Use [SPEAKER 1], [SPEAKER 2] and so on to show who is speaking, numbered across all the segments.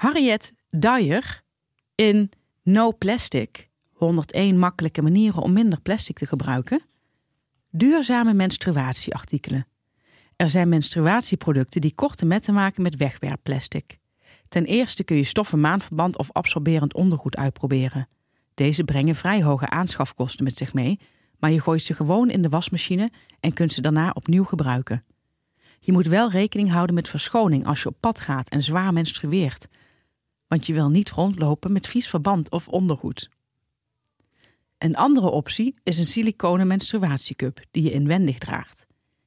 [SPEAKER 1] Harriet Dyer in No Plastic. 101 makkelijke manieren om minder plastic te gebruiken. Duurzame menstruatieartikelen. Er zijn menstruatieproducten die korte metten maken met wegwerpplastic. Ten eerste kun je stoffen maandverband of absorberend ondergoed uitproberen. Deze brengen vrij hoge aanschafkosten met zich mee, maar je gooit ze gewoon in de wasmachine en kunt ze daarna opnieuw gebruiken. Je moet wel rekening houden met verschoning als je op pad gaat en zwaar menstrueert, want je wil niet rondlopen met vies verband of ondergoed. Een andere optie is een siliconen menstruatiecup die je inwendig draagt.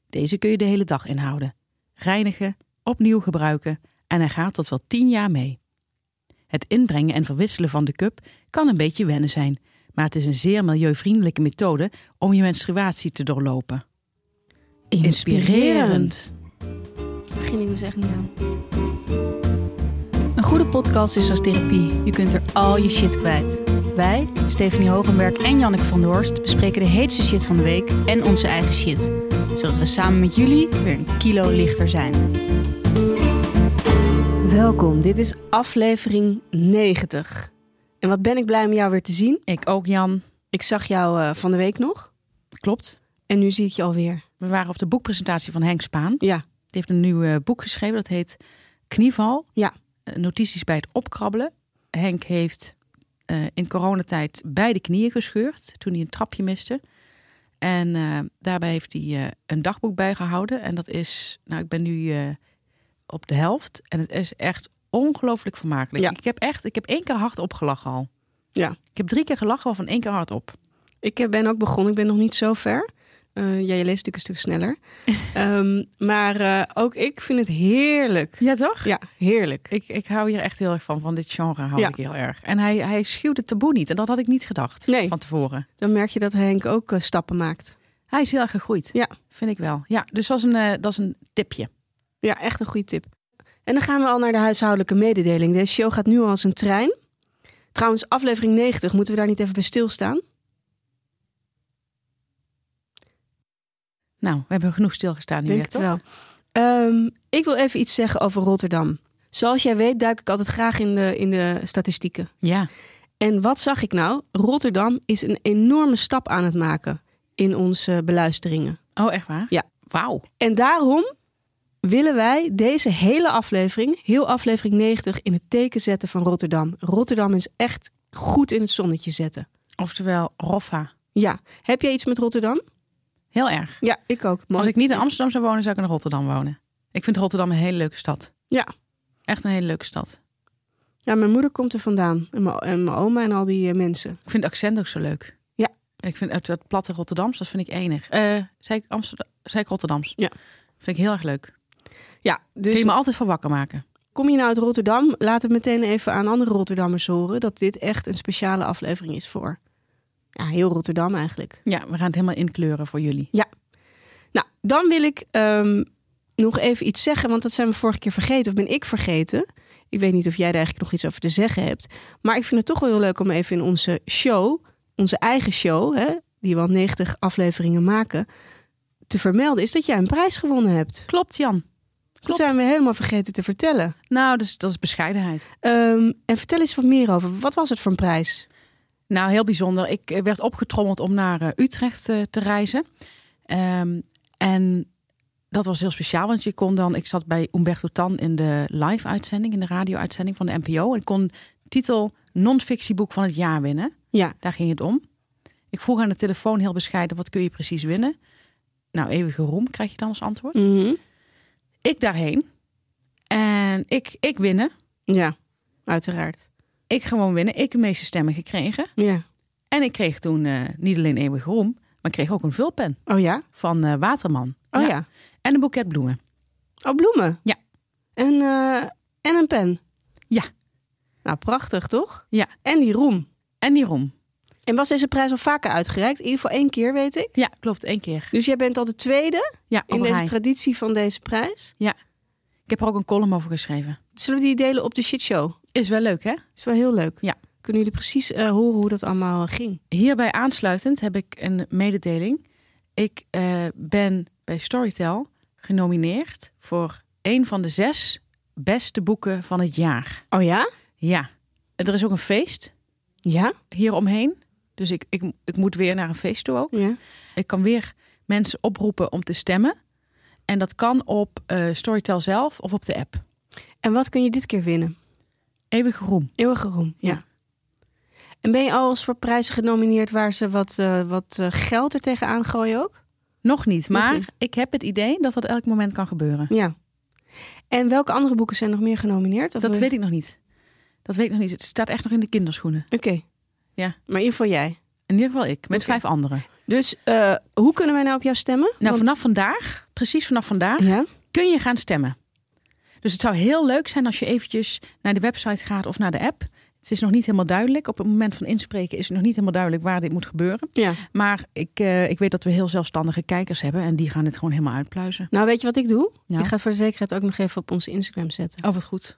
[SPEAKER 1] Deze kun je de hele dag inhouden, reinigen, opnieuw gebruiken en hij gaat tot wel 10 jaar mee. Het inbrengen en verwisselen van de cup kan een beetje wennen zijn, maar het is een zeer milieuvriendelijke methode om je menstruatie te doorlopen. Inspirerend!
[SPEAKER 2] Ging ik dus echt niet aan.
[SPEAKER 3] Een goede podcast is als therapie. Je kunt er al je shit kwijt. Wij, Stephanie Hogenberg en Janneke van der Horst, bespreken de heetste shit van de week en onze eigen shit. Zodat we samen met jullie weer een kilo lichter zijn.
[SPEAKER 2] Welkom, dit is aflevering 90. En wat ben ik blij om jou weer te zien.
[SPEAKER 1] Ik ook, Jan.
[SPEAKER 2] Ik zag jou eh, van de week nog
[SPEAKER 1] Klopt.
[SPEAKER 2] en nu zie ik je alweer.
[SPEAKER 1] We waren op de boekpresentatie van Henk Spaan.
[SPEAKER 2] Ja,
[SPEAKER 1] Die heeft een nieuw eh, boek geschreven, dat heet Knieval.
[SPEAKER 2] Ja.
[SPEAKER 1] Eh, Notities bij het opkrabbelen. Henk heeft eh, in coronatijd beide knieën gescheurd toen hij een trapje miste. En eh, daarbij heeft hij eh, een dagboek bijgehouden. En dat is, nou ik ben nu eh, op de helft. En het is echt ongelooflijk vermakelijk.
[SPEAKER 2] Ja.
[SPEAKER 1] Ik heb echt, ik heb één keer hard opgelachen al.
[SPEAKER 2] Ja.
[SPEAKER 1] Ik heb drie keer gelachen, waarvan één keer hard op.
[SPEAKER 2] ik eh, ben ook begonnen. Ik ben nog niet zo ver. Eh ja, je leest natuurlijk een stuk sneller. Ehm, maar eh, ook ik vind het heerlijk.
[SPEAKER 1] Ja toch?
[SPEAKER 2] Ja, heerlijk.
[SPEAKER 1] Ik, ik hou hier echt heel erg van. Van dit genre hou
[SPEAKER 2] Ja.
[SPEAKER 1] ik heel erg. En hij, hij schuwt het taboe niet. En dat had ik niet gedacht
[SPEAKER 2] Nee.
[SPEAKER 1] van tevoren.
[SPEAKER 2] Dan merk je dat Henk ook eh, stappen maakt.
[SPEAKER 1] Hij is heel erg gegroeid.
[SPEAKER 2] Ja.
[SPEAKER 1] Vind ik wel. Ja, dus dat is een, eh, dat is een tipje.
[SPEAKER 2] Ja, echt een goede tip. En dan gaan we al naar de huishoudelijke mededeling. Deze show gaat nu al als een trein. Trouwens, aflevering 90, moeten we daar niet even bij stilstaan?
[SPEAKER 1] Nou, we hebben genoeg stilgestaan nu
[SPEAKER 2] Denk
[SPEAKER 1] weer,
[SPEAKER 2] het
[SPEAKER 1] toch?
[SPEAKER 2] wel. Ehm, ik wil even iets zeggen over Rotterdam. Zoals jij weet duik ik altijd graag in de, in de statistieken.
[SPEAKER 1] Ja.
[SPEAKER 2] En wat zag ik nou? Rotterdam is een enorme stap aan het maken in onze eh, beluisteringen.
[SPEAKER 1] Oh, echt waar?
[SPEAKER 2] Ja.
[SPEAKER 1] Wauw.
[SPEAKER 2] En daarom willen wij deze hele aflevering, heel aflevering 90, in het teken zetten van Rotterdam. Rotterdam is echt goed in het zonnetje zetten.
[SPEAKER 1] Oftewel, Roffa.
[SPEAKER 2] Ja, heb jij iets met Rotterdam?
[SPEAKER 1] Heel erg.
[SPEAKER 2] Ja, ik ook. Maar
[SPEAKER 1] Als ik niet in Amsterdam zou wonen, zou ik in Rotterdam wonen. Ik vind Rotterdam een hele leuke stad.
[SPEAKER 2] Ja.
[SPEAKER 1] Echt een hele leuke stad.
[SPEAKER 2] Ja, mijn moeder komt er vandaan. En mijn, en mijn oma en al die eh, mensen.
[SPEAKER 1] Ik vind het accent ook zo leuk.
[SPEAKER 2] Ja.
[SPEAKER 1] Ik vind het, dat platte Rotterdams, dat vind ik enig. Eh, zei, ik Amsterdam, zei ik Rotterdams?
[SPEAKER 2] Ja.
[SPEAKER 1] Vind ik heel erg leuk.
[SPEAKER 2] Ja,
[SPEAKER 1] Kun
[SPEAKER 2] dus
[SPEAKER 1] je me altijd van wakker maken.
[SPEAKER 2] kom je nou uit Rotterdam, laat het meteen even aan andere Rotterdammers horen dat dit echt een speciale aflevering is voor ja, heel Rotterdam eigenlijk.
[SPEAKER 1] Ja, we gaan het helemaal inkleuren voor jullie.
[SPEAKER 2] Nou, dan wil ik ehm, nog even iets zeggen, want dat zijn we vorige keer vergeten, of ben ik vergeten. Ik weet niet of jij er eigenlijk nog iets over te zeggen hebt. Maar ik vind het toch wel heel leuk om even in onze show, onze eigen show, hè, die we al 90 afleveringen maken, te vermelden, is dat jij een prijs gewonnen hebt.
[SPEAKER 1] Klopt, Jan.
[SPEAKER 2] Dat
[SPEAKER 1] Klopt.
[SPEAKER 2] zijn we helemaal vergeten te vertellen.
[SPEAKER 1] Nou, dus, dat is bescheidenheid.
[SPEAKER 2] Ehm, en vertel eens wat meer over. Wat was het voor een prijs?
[SPEAKER 1] Nou, heel bijzonder. Ik eh, werd opgetrommeld om naar eh, Utrecht eh, te reizen. Ehm, en dat was heel speciaal, want je kon dan... Ik zat bij Umberto Tan in de live-uitzending, in de radio-uitzending van de NPO. En ik kon titel non-fictieboek van het jaar winnen.
[SPEAKER 2] Ja.
[SPEAKER 1] Daar ging het om. Ik vroeg aan de telefoon heel bescheiden, wat kun je precies winnen? Nou, eeuwige roem krijg je dan als antwoord.
[SPEAKER 2] Mhm.
[SPEAKER 1] Ik daarheen. En ik, ik winnen.
[SPEAKER 2] Ja, uiteraard.
[SPEAKER 1] Ik gewoon winnen. Ik de meeste stemmen gekregen.
[SPEAKER 2] Ja.
[SPEAKER 1] En ik kreeg toen eh, niet alleen eeuwig roem, maar ik kreeg ook een vulpen
[SPEAKER 2] Oh ja?
[SPEAKER 1] van eh, Waterman.
[SPEAKER 2] Oh ja.
[SPEAKER 1] En een boeket bloemen.
[SPEAKER 2] Oh, bloemen?
[SPEAKER 1] Ja.
[SPEAKER 2] En, eh, en een pen?
[SPEAKER 1] Ja.
[SPEAKER 2] Nou, prachtig toch?
[SPEAKER 1] Ja.
[SPEAKER 2] En die roem.
[SPEAKER 1] En die roem.
[SPEAKER 2] En was deze prijs al vaker uitgereikt? In ieder geval één keer, weet ik.
[SPEAKER 1] Ja, klopt, één keer.
[SPEAKER 2] Dus jij bent al de tweede
[SPEAKER 1] Ja,
[SPEAKER 2] in
[SPEAKER 1] op
[SPEAKER 2] deze
[SPEAKER 1] rij.
[SPEAKER 2] traditie van deze prijs.
[SPEAKER 1] Ik heb er ook een column over geschreven.
[SPEAKER 2] Zullen we die delen op de shitshow?
[SPEAKER 1] Is wel leuk, hè?
[SPEAKER 2] Is wel heel leuk.
[SPEAKER 1] Ja.
[SPEAKER 2] Kunnen jullie precies eh, horen hoe dat allemaal ging?
[SPEAKER 1] Hierbij aansluitend heb ik een mededeling. Ik eh, ben bij Storytel genomineerd voor een van de zes beste boeken van het jaar.
[SPEAKER 2] Oh ja?
[SPEAKER 1] Ja, En er is ook een feest
[SPEAKER 2] Ja?
[SPEAKER 1] hieromheen. Dus ik, ik, ik moet weer naar een feest toe ook.
[SPEAKER 2] Ja.
[SPEAKER 1] Ik kan weer mensen oproepen om te stemmen. En dat kan op eh, Storytel zelf of op de app.
[SPEAKER 2] En wat kun je dit keer winnen?
[SPEAKER 1] Eeuwige roem.
[SPEAKER 2] Eeuwige roem, ja.
[SPEAKER 1] Ja.
[SPEAKER 2] En ben je al eens voor prijzen genomineerd waar ze wat, eh, wat eh, geld er tegenaan gooien ook?
[SPEAKER 1] Nog niet, maar
[SPEAKER 2] niet.
[SPEAKER 1] ik heb het idee dat dat elk moment kan gebeuren.
[SPEAKER 2] Ja. En welke andere boeken zijn nog meer genomineerd?
[SPEAKER 1] Dat
[SPEAKER 2] Of wil je-
[SPEAKER 1] weet ik nog niet. Dat weet ik nog niet. Het staat echt nog in de kinderschoenen.
[SPEAKER 2] Oké.
[SPEAKER 1] Ja.
[SPEAKER 2] Maar in ieder geval jij.
[SPEAKER 1] In ieder geval ik, met
[SPEAKER 2] Oké.
[SPEAKER 1] vijf anderen.
[SPEAKER 2] Dus eh, hoe kunnen wij nou op jou stemmen?
[SPEAKER 1] Nou,
[SPEAKER 2] Want-
[SPEAKER 1] vanaf vandaag, precies vanaf vandaag,
[SPEAKER 2] Ja?
[SPEAKER 1] kun je gaan stemmen. Dus het zou heel leuk zijn als je eventjes naar de website gaat of naar de app. Het is nog niet helemaal duidelijk. Op het moment van inspreken is het nog niet helemaal duidelijk waar dit moet gebeuren.
[SPEAKER 2] Ja.
[SPEAKER 1] Maar ik, eh, ik weet dat we heel zelfstandige kijkers hebben en die gaan het gewoon helemaal uitpluizen.
[SPEAKER 2] Nou, weet je wat ik doe?
[SPEAKER 1] Nou?
[SPEAKER 2] Ik ga voor de zekerheid ook nog even op onze Instagram zetten.
[SPEAKER 1] Oh, wat goed.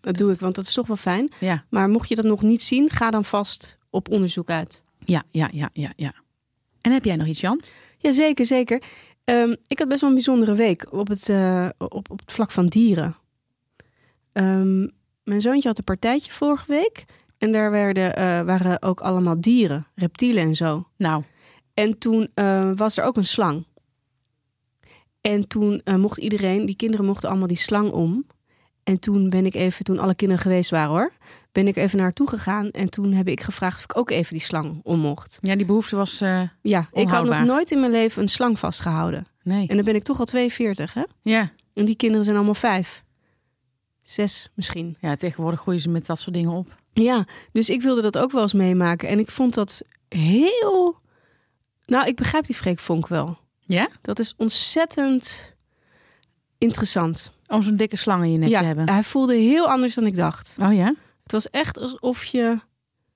[SPEAKER 2] Dat doe ik, want dat is toch wel fijn.
[SPEAKER 1] Ja,
[SPEAKER 2] Maar mocht je dat nog niet zien, ga dan vast op onderzoek uit.
[SPEAKER 1] ja, ja, ja, ja. ja. En heb jij nog iets, Jan?
[SPEAKER 2] Ja, zeker, zeker. Ehm, ik had best wel een bijzondere week op het, eh, op, op het vlak van dieren. Ehm, mijn zoontje had een partijtje vorige week. En daar werden, eh, waren ook allemaal dieren, reptielen en zo.
[SPEAKER 1] Nou,
[SPEAKER 2] En toen eh, was er ook een slang. En toen eh, mocht iedereen, die kinderen mochten allemaal die slang om. En toen ben ik even, toen alle kinderen geweest waren hoor, ben ik even naartoe gegaan. En toen heb ik gevraagd of ik ook even die slang om mocht.
[SPEAKER 1] ja, die behoefte was... eh,
[SPEAKER 2] Ja, ik had nog
[SPEAKER 1] Onhoudbaar.
[SPEAKER 2] nooit in mijn leven een slang vastgehouden.
[SPEAKER 1] nee.
[SPEAKER 2] En dan ben ik toch al 42 hè.
[SPEAKER 1] Ja.
[SPEAKER 2] En die kinderen zijn allemaal vijf. Zes misschien.
[SPEAKER 1] ja, tegenwoordig groeien ze met dat soort dingen op.
[SPEAKER 2] Ja, dus ik wilde dat ook wel eens meemaken. En ik vond dat heel... Nou, ik begrijp die Freek Vonk wel.
[SPEAKER 1] Ja?
[SPEAKER 2] Dat is ontzettend interessant.
[SPEAKER 1] Om zo'n dikke slang in je nek
[SPEAKER 2] ja,
[SPEAKER 1] te hebben.
[SPEAKER 2] hij voelde heel anders dan ik dacht.
[SPEAKER 1] Oh ja?
[SPEAKER 2] Het was echt alsof je.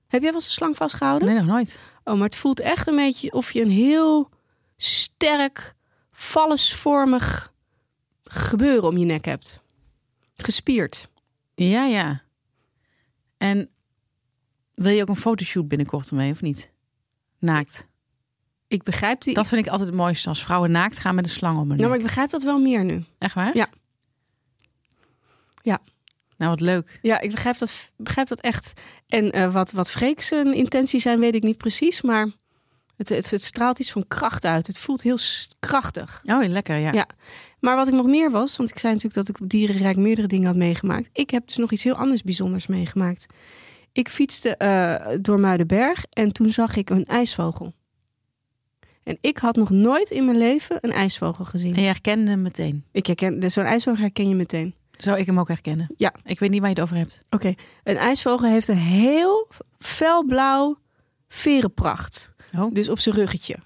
[SPEAKER 2] Heb jij wel eens een slang vastgehouden?
[SPEAKER 1] Nee, nog nooit.
[SPEAKER 2] Oh, maar het voelt echt een beetje of je een heel sterk, vallesvormig gebeuren om je nek hebt. Gespierd.
[SPEAKER 1] Ja, ja. En wil je ook een fotoshoot binnenkort ermee, of niet? Naakt.
[SPEAKER 2] Ik begrijp die.
[SPEAKER 1] Dat vind ik altijd het mooiste. Als vrouwen naakt gaan met een slang om hun
[SPEAKER 2] Nou,
[SPEAKER 1] nek.
[SPEAKER 2] maar ik begrijp dat wel meer nu.
[SPEAKER 1] Echt waar?
[SPEAKER 2] Ja. Ja.
[SPEAKER 1] Nou, wat leuk.
[SPEAKER 2] Ja, ik begrijp dat, begrijp dat echt. En eh, wat, wat Freek's zijn intenties zijn, weet ik niet precies. Maar het, het, het straalt iets van kracht uit. Het voelt heel s- krachtig.
[SPEAKER 1] Oh, lekker, ja.
[SPEAKER 2] Ja. Maar wat ik nog meer was, want ik zei natuurlijk dat ik op Dierenrijk meerdere dingen had meegemaakt. Ik heb dus nog iets heel anders bijzonders meegemaakt. Ik fietste eh, door Muidenberg en toen zag ik een ijsvogel. En ik had nog nooit in mijn leven een ijsvogel gezien.
[SPEAKER 1] En je herkende hem meteen.
[SPEAKER 2] Ik herken, zo'n ijsvogel herken je meteen.
[SPEAKER 1] Zou ik hem ook herkennen?
[SPEAKER 2] Ja.
[SPEAKER 1] Ik weet niet waar je het over hebt.
[SPEAKER 2] Oké, een ijsvogel heeft een heel felblauw verenpracht.
[SPEAKER 1] Oh, oké.
[SPEAKER 2] Dus op zijn ruggetje.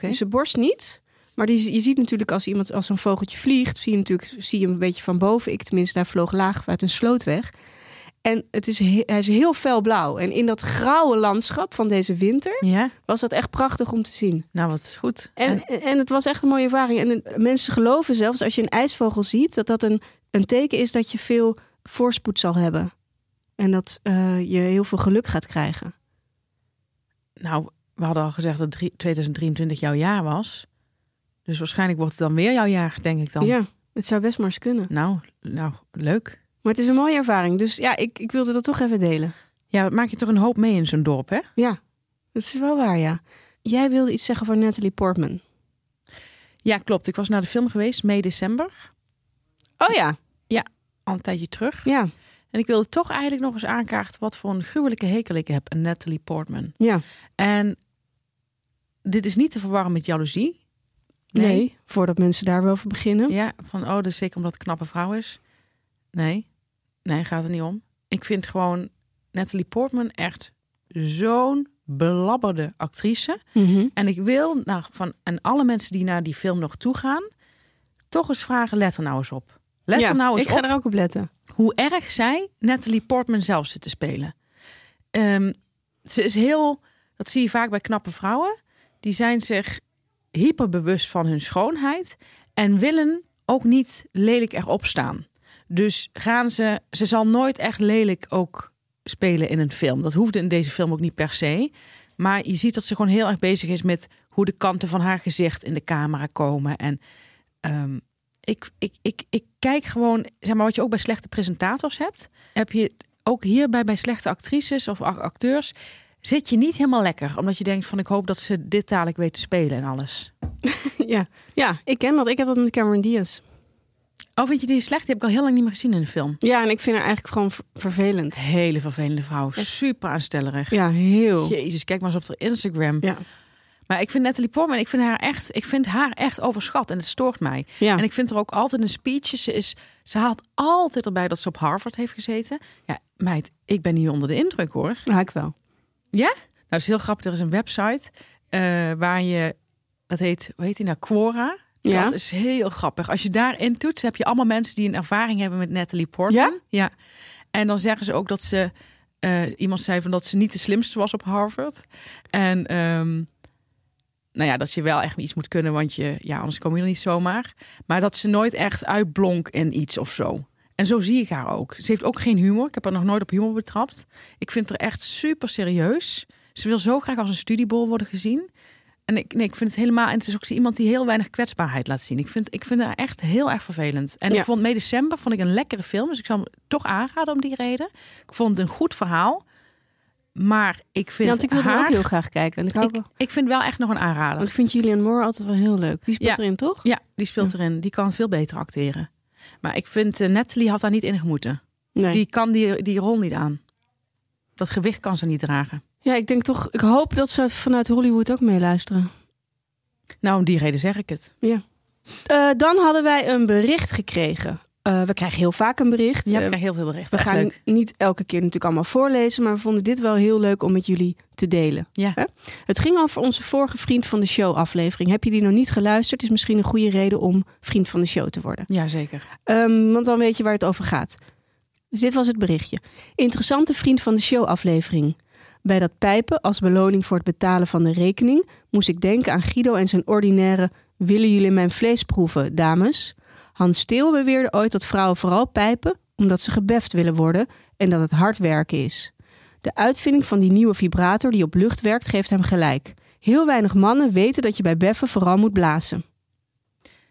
[SPEAKER 2] Dus zijn borst niet. Maar die, je ziet natuurlijk als iemand als zo'n vogeltje vliegt, zie je natuurlijk zie je hem een beetje van boven. Ik tenminste, daar vloog laag uit een sloot weg. En het is, he- hij is heel felblauw. En in dat grauwe landschap van deze winter
[SPEAKER 1] Ja?
[SPEAKER 2] was dat echt prachtig om te zien.
[SPEAKER 1] Nou, wat is goed.
[SPEAKER 2] En, en, het was echt een mooie ervaring. En eh, mensen geloven zelfs, als je een ijsvogel ziet, dat dat een, een teken is dat je veel voorspoed zal hebben. En dat eh, je heel veel geluk gaat krijgen.
[SPEAKER 1] Nou, we hadden al gezegd dat drie- 2023 jouw jaar was. Dus waarschijnlijk wordt het dan weer jouw jaar, denk ik dan.
[SPEAKER 2] Ja, het zou best maar eens kunnen.
[SPEAKER 1] Nou, nou, leuk.
[SPEAKER 2] Maar het is een mooie ervaring. Dus ja, ik, ik wilde dat toch even delen.
[SPEAKER 1] Ja, wat maak je toch een hoop mee in zo'n dorp, hè?
[SPEAKER 2] Ja, dat is wel waar, ja. Jij wilde iets zeggen voor Natalie Portman.
[SPEAKER 1] Ja, klopt. Ik was naar de film geweest, mei december.
[SPEAKER 2] Oh ja,
[SPEAKER 1] Al een tijdje terug.
[SPEAKER 2] ja,
[SPEAKER 1] En ik wilde toch eigenlijk nog eens aankaarten... wat voor een gruwelijke hekel ik heb aan Natalie Portman.
[SPEAKER 2] ja.
[SPEAKER 1] En dit is niet te verwarren met jaloezie.
[SPEAKER 2] Nee, voordat mensen daar wel voor beginnen.
[SPEAKER 1] Ja, van oh, dat is zeker omdat het een knappe vrouw is. Nee, nee, gaat er niet om. Ik vind gewoon Natalie Portman echt zo'n belabberde actrice.
[SPEAKER 2] Mhm.
[SPEAKER 1] En ik wil naar van en alle mensen die naar die film nog toe gaan, toch eens vragen: let er nou eens op. Let
[SPEAKER 2] Ja,
[SPEAKER 1] er nou eens
[SPEAKER 2] ik ga
[SPEAKER 1] op
[SPEAKER 2] er ook op letten.
[SPEAKER 1] hoe erg zij Natalie Portman zelf zit te spelen. Ehm, ze is heel, dat zie je vaak bij knappe vrouwen, die zijn zich hyperbewust van hun schoonheid en willen ook niet lelijk erop staan. Dus gaan ze, ze zal nooit echt lelijk ook spelen in een film. Dat hoefde in deze film ook niet per se. Maar je ziet dat ze gewoon heel erg bezig is met hoe de kanten van haar gezicht in de camera komen. En ehm, ik, ik, ik, ik kijk gewoon, zeg maar, wat je ook bij slechte presentators hebt, heb je ook hierbij bij slechte actrices of ac- acteurs, zit je niet helemaal lekker. Omdat je denkt van, ik hoop dat ze dit dadelijk weten te spelen en alles.
[SPEAKER 2] ja. ja, ik ken dat. Ik heb dat met Cameron Diaz.
[SPEAKER 1] Oh, vind je die slecht? Die heb ik al heel lang niet meer gezien in een film.
[SPEAKER 2] Ja, en ik vind haar eigenlijk gewoon ver- vervelend.
[SPEAKER 1] Hele vervelende vrouw.
[SPEAKER 2] Ja.
[SPEAKER 1] Super aanstellerig.
[SPEAKER 2] Ja, heel.
[SPEAKER 1] Jezus, kijk maar eens op haar Instagram.
[SPEAKER 2] Ja.
[SPEAKER 1] Maar ik vind Natalie Portman, ik vind haar echt, ik vind haar echt overschat en het stoort mij.
[SPEAKER 2] Ja.
[SPEAKER 1] En ik vind er ook altijd een speeches. Ze, is, ze haalt altijd erbij dat ze op Harvard heeft gezeten. Ja, meid, ik ben hier onder de indruk hoor.
[SPEAKER 2] Ja, ik wel.
[SPEAKER 1] Ja? Nou, het is heel grappig. Er is een website eh, waar je, dat heet, hoe heet die nou, Quora.
[SPEAKER 2] Ja.
[SPEAKER 1] Dat is heel grappig. Als je daarin toetst, heb je allemaal mensen die een ervaring hebben met Natalie Portman.
[SPEAKER 2] Ja?
[SPEAKER 1] Ja. En dan zeggen ze ook dat ze, eh, iemand zei van dat ze niet de slimste was op Harvard. En ehm, nou ja, dat ze wel echt iets moet kunnen, want je, ja, anders kom je er niet zomaar. Maar dat ze nooit echt uitblonk in iets of zo. En zo zie ik haar ook. Ze heeft ook geen humor. Ik heb haar nog nooit op humor betrapt. Ik vind haar echt super serieus. Ze wil zo graag als een studiebol worden gezien. En ik, nee, ik vind het helemaal. En het is ook iemand die heel weinig kwetsbaarheid laat zien. Ik vind, ik vind haar echt heel erg vervelend. En
[SPEAKER 2] Ja.
[SPEAKER 1] ik vond May December vond ik een lekkere film. Dus ik zou hem toch aanraden om die reden. Ik vond het een goed verhaal. Maar ik vind.
[SPEAKER 2] Ja, want ik wil haar
[SPEAKER 1] haar,
[SPEAKER 2] ook heel graag kijken. En ik, hou ook
[SPEAKER 1] ik,
[SPEAKER 2] wel-
[SPEAKER 1] ik vind wel echt nog een aanrader.
[SPEAKER 2] Want ik vind Julian Moore altijd wel heel leuk. Die speelt
[SPEAKER 1] Ja.
[SPEAKER 2] erin, toch?
[SPEAKER 1] Ja, die speelt erin. Die kan veel beter acteren. Maar ik vind, eh, Natalie had daar niet in gemoeten.
[SPEAKER 2] Nee.
[SPEAKER 1] Die kan die, die rol niet aan. Dat gewicht kan ze niet dragen.
[SPEAKER 2] Ja, ik denk toch... Ik hoop dat ze vanuit Hollywood ook meeluisteren.
[SPEAKER 1] Nou, om die reden zeg ik het.
[SPEAKER 2] Eh, dan hadden wij een bericht gekregen. Eh, we krijgen heel vaak een bericht.
[SPEAKER 1] Je
[SPEAKER 2] Eh,
[SPEAKER 1] hebt heel veel berichten.
[SPEAKER 2] we gaan
[SPEAKER 1] leuk.
[SPEAKER 2] niet elke keer natuurlijk allemaal voorlezen, maar we vonden dit wel heel leuk om met jullie te delen.
[SPEAKER 1] Ja.
[SPEAKER 2] Hè? Het ging over onze vorige Vriend van de Show aflevering. Heb je die nog niet geluisterd, is misschien een goede reden om Vriend van de Show te worden.
[SPEAKER 1] Ja, zeker.
[SPEAKER 2] Ehm, want dan weet je waar het over gaat. Dus dit was het berichtje. Interessante vriend van de show aflevering. Bij dat pijpen als beloning voor het betalen van de rekening moest ik denken aan Guido en zijn ordinaire willen jullie mijn vlees proeven, dames? Hans Steel beweerde ooit dat vrouwen vooral pijpen omdat ze gebeft willen worden en dat het hard werken is. De uitvinding van die nieuwe vibrator die op lucht werkt geeft hem gelijk. Heel weinig mannen weten dat je bij beffen vooral moet blazen.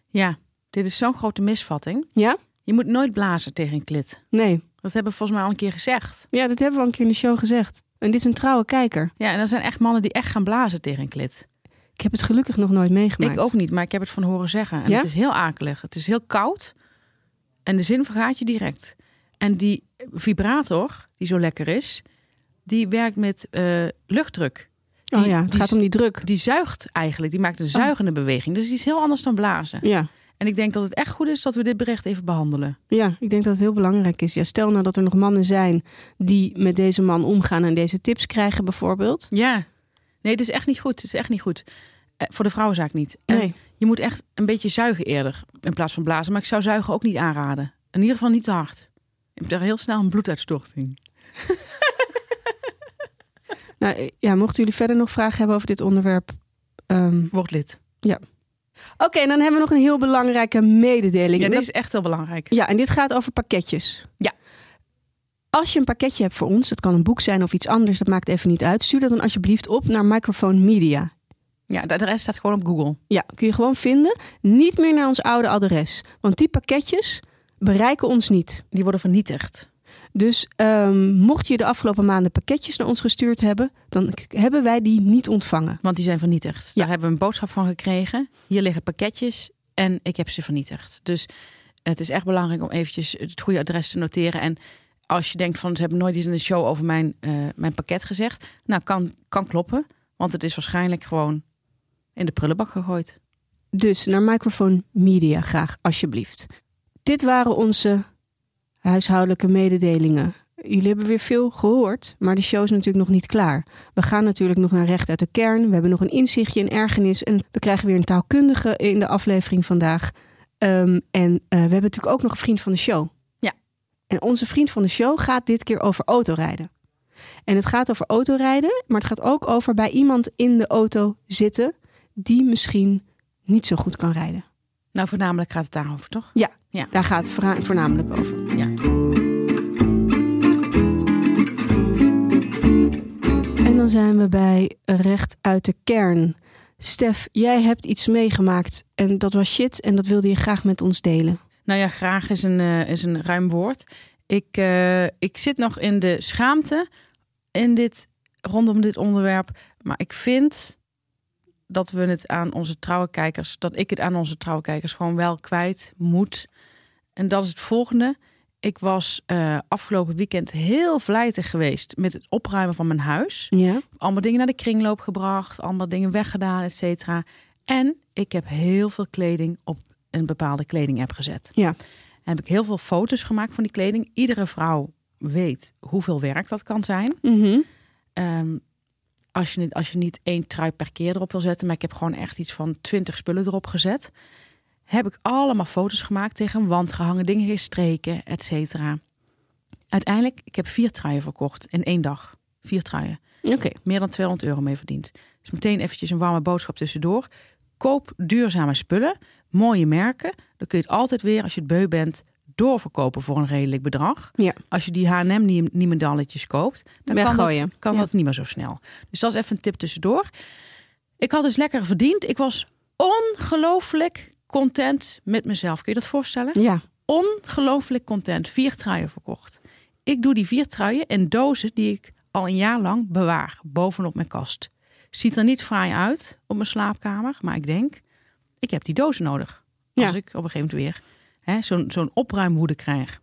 [SPEAKER 1] Ja, dit is zo'n grote misvatting.
[SPEAKER 2] Ja?
[SPEAKER 1] Je moet nooit blazen tegen een klit.
[SPEAKER 2] Nee.
[SPEAKER 1] Dat hebben we volgens mij al een keer gezegd.
[SPEAKER 2] Ja, dat hebben we al een keer in de show gezegd. En dit is een trouwe kijker.
[SPEAKER 1] Ja, en er zijn echt mannen die echt gaan blazen tegen een klit.
[SPEAKER 2] Ik heb het gelukkig nog nooit meegemaakt.
[SPEAKER 1] Ik ook niet, maar ik heb het van horen zeggen. En
[SPEAKER 2] Ja?
[SPEAKER 1] het is heel akelig. Het is heel koud. En de zin vergaat je direct. En die vibrator, die zo lekker is, die werkt met eh, luchtdruk. Die-
[SPEAKER 2] oh ja, het
[SPEAKER 1] die
[SPEAKER 2] gaat om die druk.
[SPEAKER 1] Die zuigt eigenlijk, die maakt een zuigende beweging. Dus die is heel anders dan blazen.
[SPEAKER 2] Oh. Ja,
[SPEAKER 1] En ik denk dat het echt goed is dat we dit bericht even behandelen.
[SPEAKER 2] ja, ik denk dat het heel belangrijk is. Ja, stel nou dat er nog mannen zijn die met deze man omgaan en deze tips krijgen bijvoorbeeld.
[SPEAKER 1] Ja. Nee, het is echt niet goed. Het is echt niet goed. Eh, voor de vrouwenzaak niet. En
[SPEAKER 2] Nee.
[SPEAKER 1] Je moet echt een beetje zuigen eerder in plaats van blazen. Maar ik zou zuigen ook niet aanraden. In ieder geval niet te hard. Je hebt daar heel snel een bloeduitstorting.
[SPEAKER 2] Nou eh, ja, mochten jullie verder nog vragen hebben over dit onderwerp. ehm,
[SPEAKER 1] Word lid.
[SPEAKER 2] Oké, en dan hebben we nog een heel belangrijke mededeling.
[SPEAKER 1] Ja, dit
[SPEAKER 2] En dat-
[SPEAKER 1] is echt heel belangrijk.
[SPEAKER 2] Ja, en dit gaat over pakketjes.
[SPEAKER 1] Ja.
[SPEAKER 2] Als je een pakketje hebt voor ons, dat kan een boek zijn of iets anders, dat maakt even niet uit. Stuur dat dan alsjeblieft op naar Microphone Media.
[SPEAKER 1] Ja, de adres staat gewoon op Google.
[SPEAKER 2] Ja, kun je gewoon vinden. Niet meer naar ons oude adres. Want die pakketjes bereiken ons niet.
[SPEAKER 1] Die worden vernietigd.
[SPEAKER 2] Dus ehm, mocht je de afgelopen maanden pakketjes naar ons gestuurd hebben, dan k- hebben wij die niet ontvangen.
[SPEAKER 1] Want die zijn vernietigd.
[SPEAKER 2] Ja.
[SPEAKER 1] Daar hebben we een boodschap van gekregen. Hier liggen pakketjes en ik heb ze vernietigd. Dus het is echt belangrijk om eventjes het goede adres te noteren. En als je denkt van ze hebben nooit iets in de show over mijn, eh, mijn pakket gezegd. Nou, kan, kan kloppen. Want het is waarschijnlijk gewoon in de prullenbak gegooid.
[SPEAKER 2] Dus naar Microphone Media graag, alsjeblieft. Dit waren onze huishoudelijke mededelingen. Jullie hebben weer veel gehoord, maar de show is natuurlijk nog niet klaar. We gaan natuurlijk nog naar recht uit de kern. We hebben nog een inzichtje in ergernis. En we krijgen weer een taalkundige in de aflevering vandaag. Ehm, en eh, we hebben natuurlijk ook nog een vriend van de show.
[SPEAKER 1] Ja.
[SPEAKER 2] En onze vriend van de show gaat dit keer over autorijden. En het gaat over autorijden, maar het gaat ook over bij iemand in de auto zitten die misschien niet zo goed kan rijden.
[SPEAKER 1] Nou, voornamelijk gaat het daarover, toch?
[SPEAKER 2] Daar gaat het voorna- voornamelijk over.
[SPEAKER 1] Ja.
[SPEAKER 2] En dan zijn we bij recht uit de kern. Stef, jij hebt iets meegemaakt en dat was shit en dat wilde je graag met ons delen.
[SPEAKER 1] Nou ja, graag is een, eh, is een ruim woord. Ik, eh, ik zit nog in de schaamte in dit, rondom dit onderwerp. Maar ik vind dat we het aan onze trouwe kijkers, dat ik het aan onze trouwe kijkers gewoon wel kwijt moet. En dat is het volgende. Ik was eh, afgelopen weekend heel vlijtig geweest met het opruimen van mijn huis
[SPEAKER 2] Ja.
[SPEAKER 1] allemaal dingen naar de kringloop gebracht, allemaal dingen weggedaan, et cetera. En ik heb heel veel kleding op een bepaalde kledingapp gezet.
[SPEAKER 2] Ja.
[SPEAKER 1] En heb ik heel veel foto's gemaakt van die kleding. Iedere vrouw weet hoeveel werk dat kan zijn. Ehm, als, je, niet- als je niet één trui per keer erop wil zetten, maar ik heb gewoon echt iets van twintig spullen erop gezet. Heb ik allemaal foto's gemaakt tegen een wand gehangen, dingen gestreken, et cetera. Uiteindelijk, ik heb vier truien verkocht in één dag. Vier truien
[SPEAKER 2] Oké.
[SPEAKER 1] meer dan 200 euro mee verdiend. Dus meteen eventjes een warme boodschap tussendoor. Koop duurzame spullen, mooie merken. Dan kun je het altijd weer, als je het beu bent, doorverkopen voor een redelijk bedrag.
[SPEAKER 2] Ja.
[SPEAKER 1] Als je die H&M nie- niemendalletjes koopt, dan kan, dat,
[SPEAKER 2] Weggooien.
[SPEAKER 1] kan
[SPEAKER 2] Ja.
[SPEAKER 1] dat niet meer zo snel. Dus dat is even een tip tussendoor. Ik had dus lekker verdiend. Ik was ongelooflijk content met mezelf. Kun je dat voorstellen?
[SPEAKER 2] Ja.
[SPEAKER 1] ongelooflijk content. Vier truien verkocht. Ik doe die vier truien in dozen die ik al een jaar lang bewaar bovenop mijn kast. Ziet er niet fraai uit op mijn slaapkamer, maar ik denk, ik heb die dozen nodig.
[SPEAKER 2] Ja.
[SPEAKER 1] Als ik op een gegeven moment weer hè, zo'n zo'n opruimwoede krijg.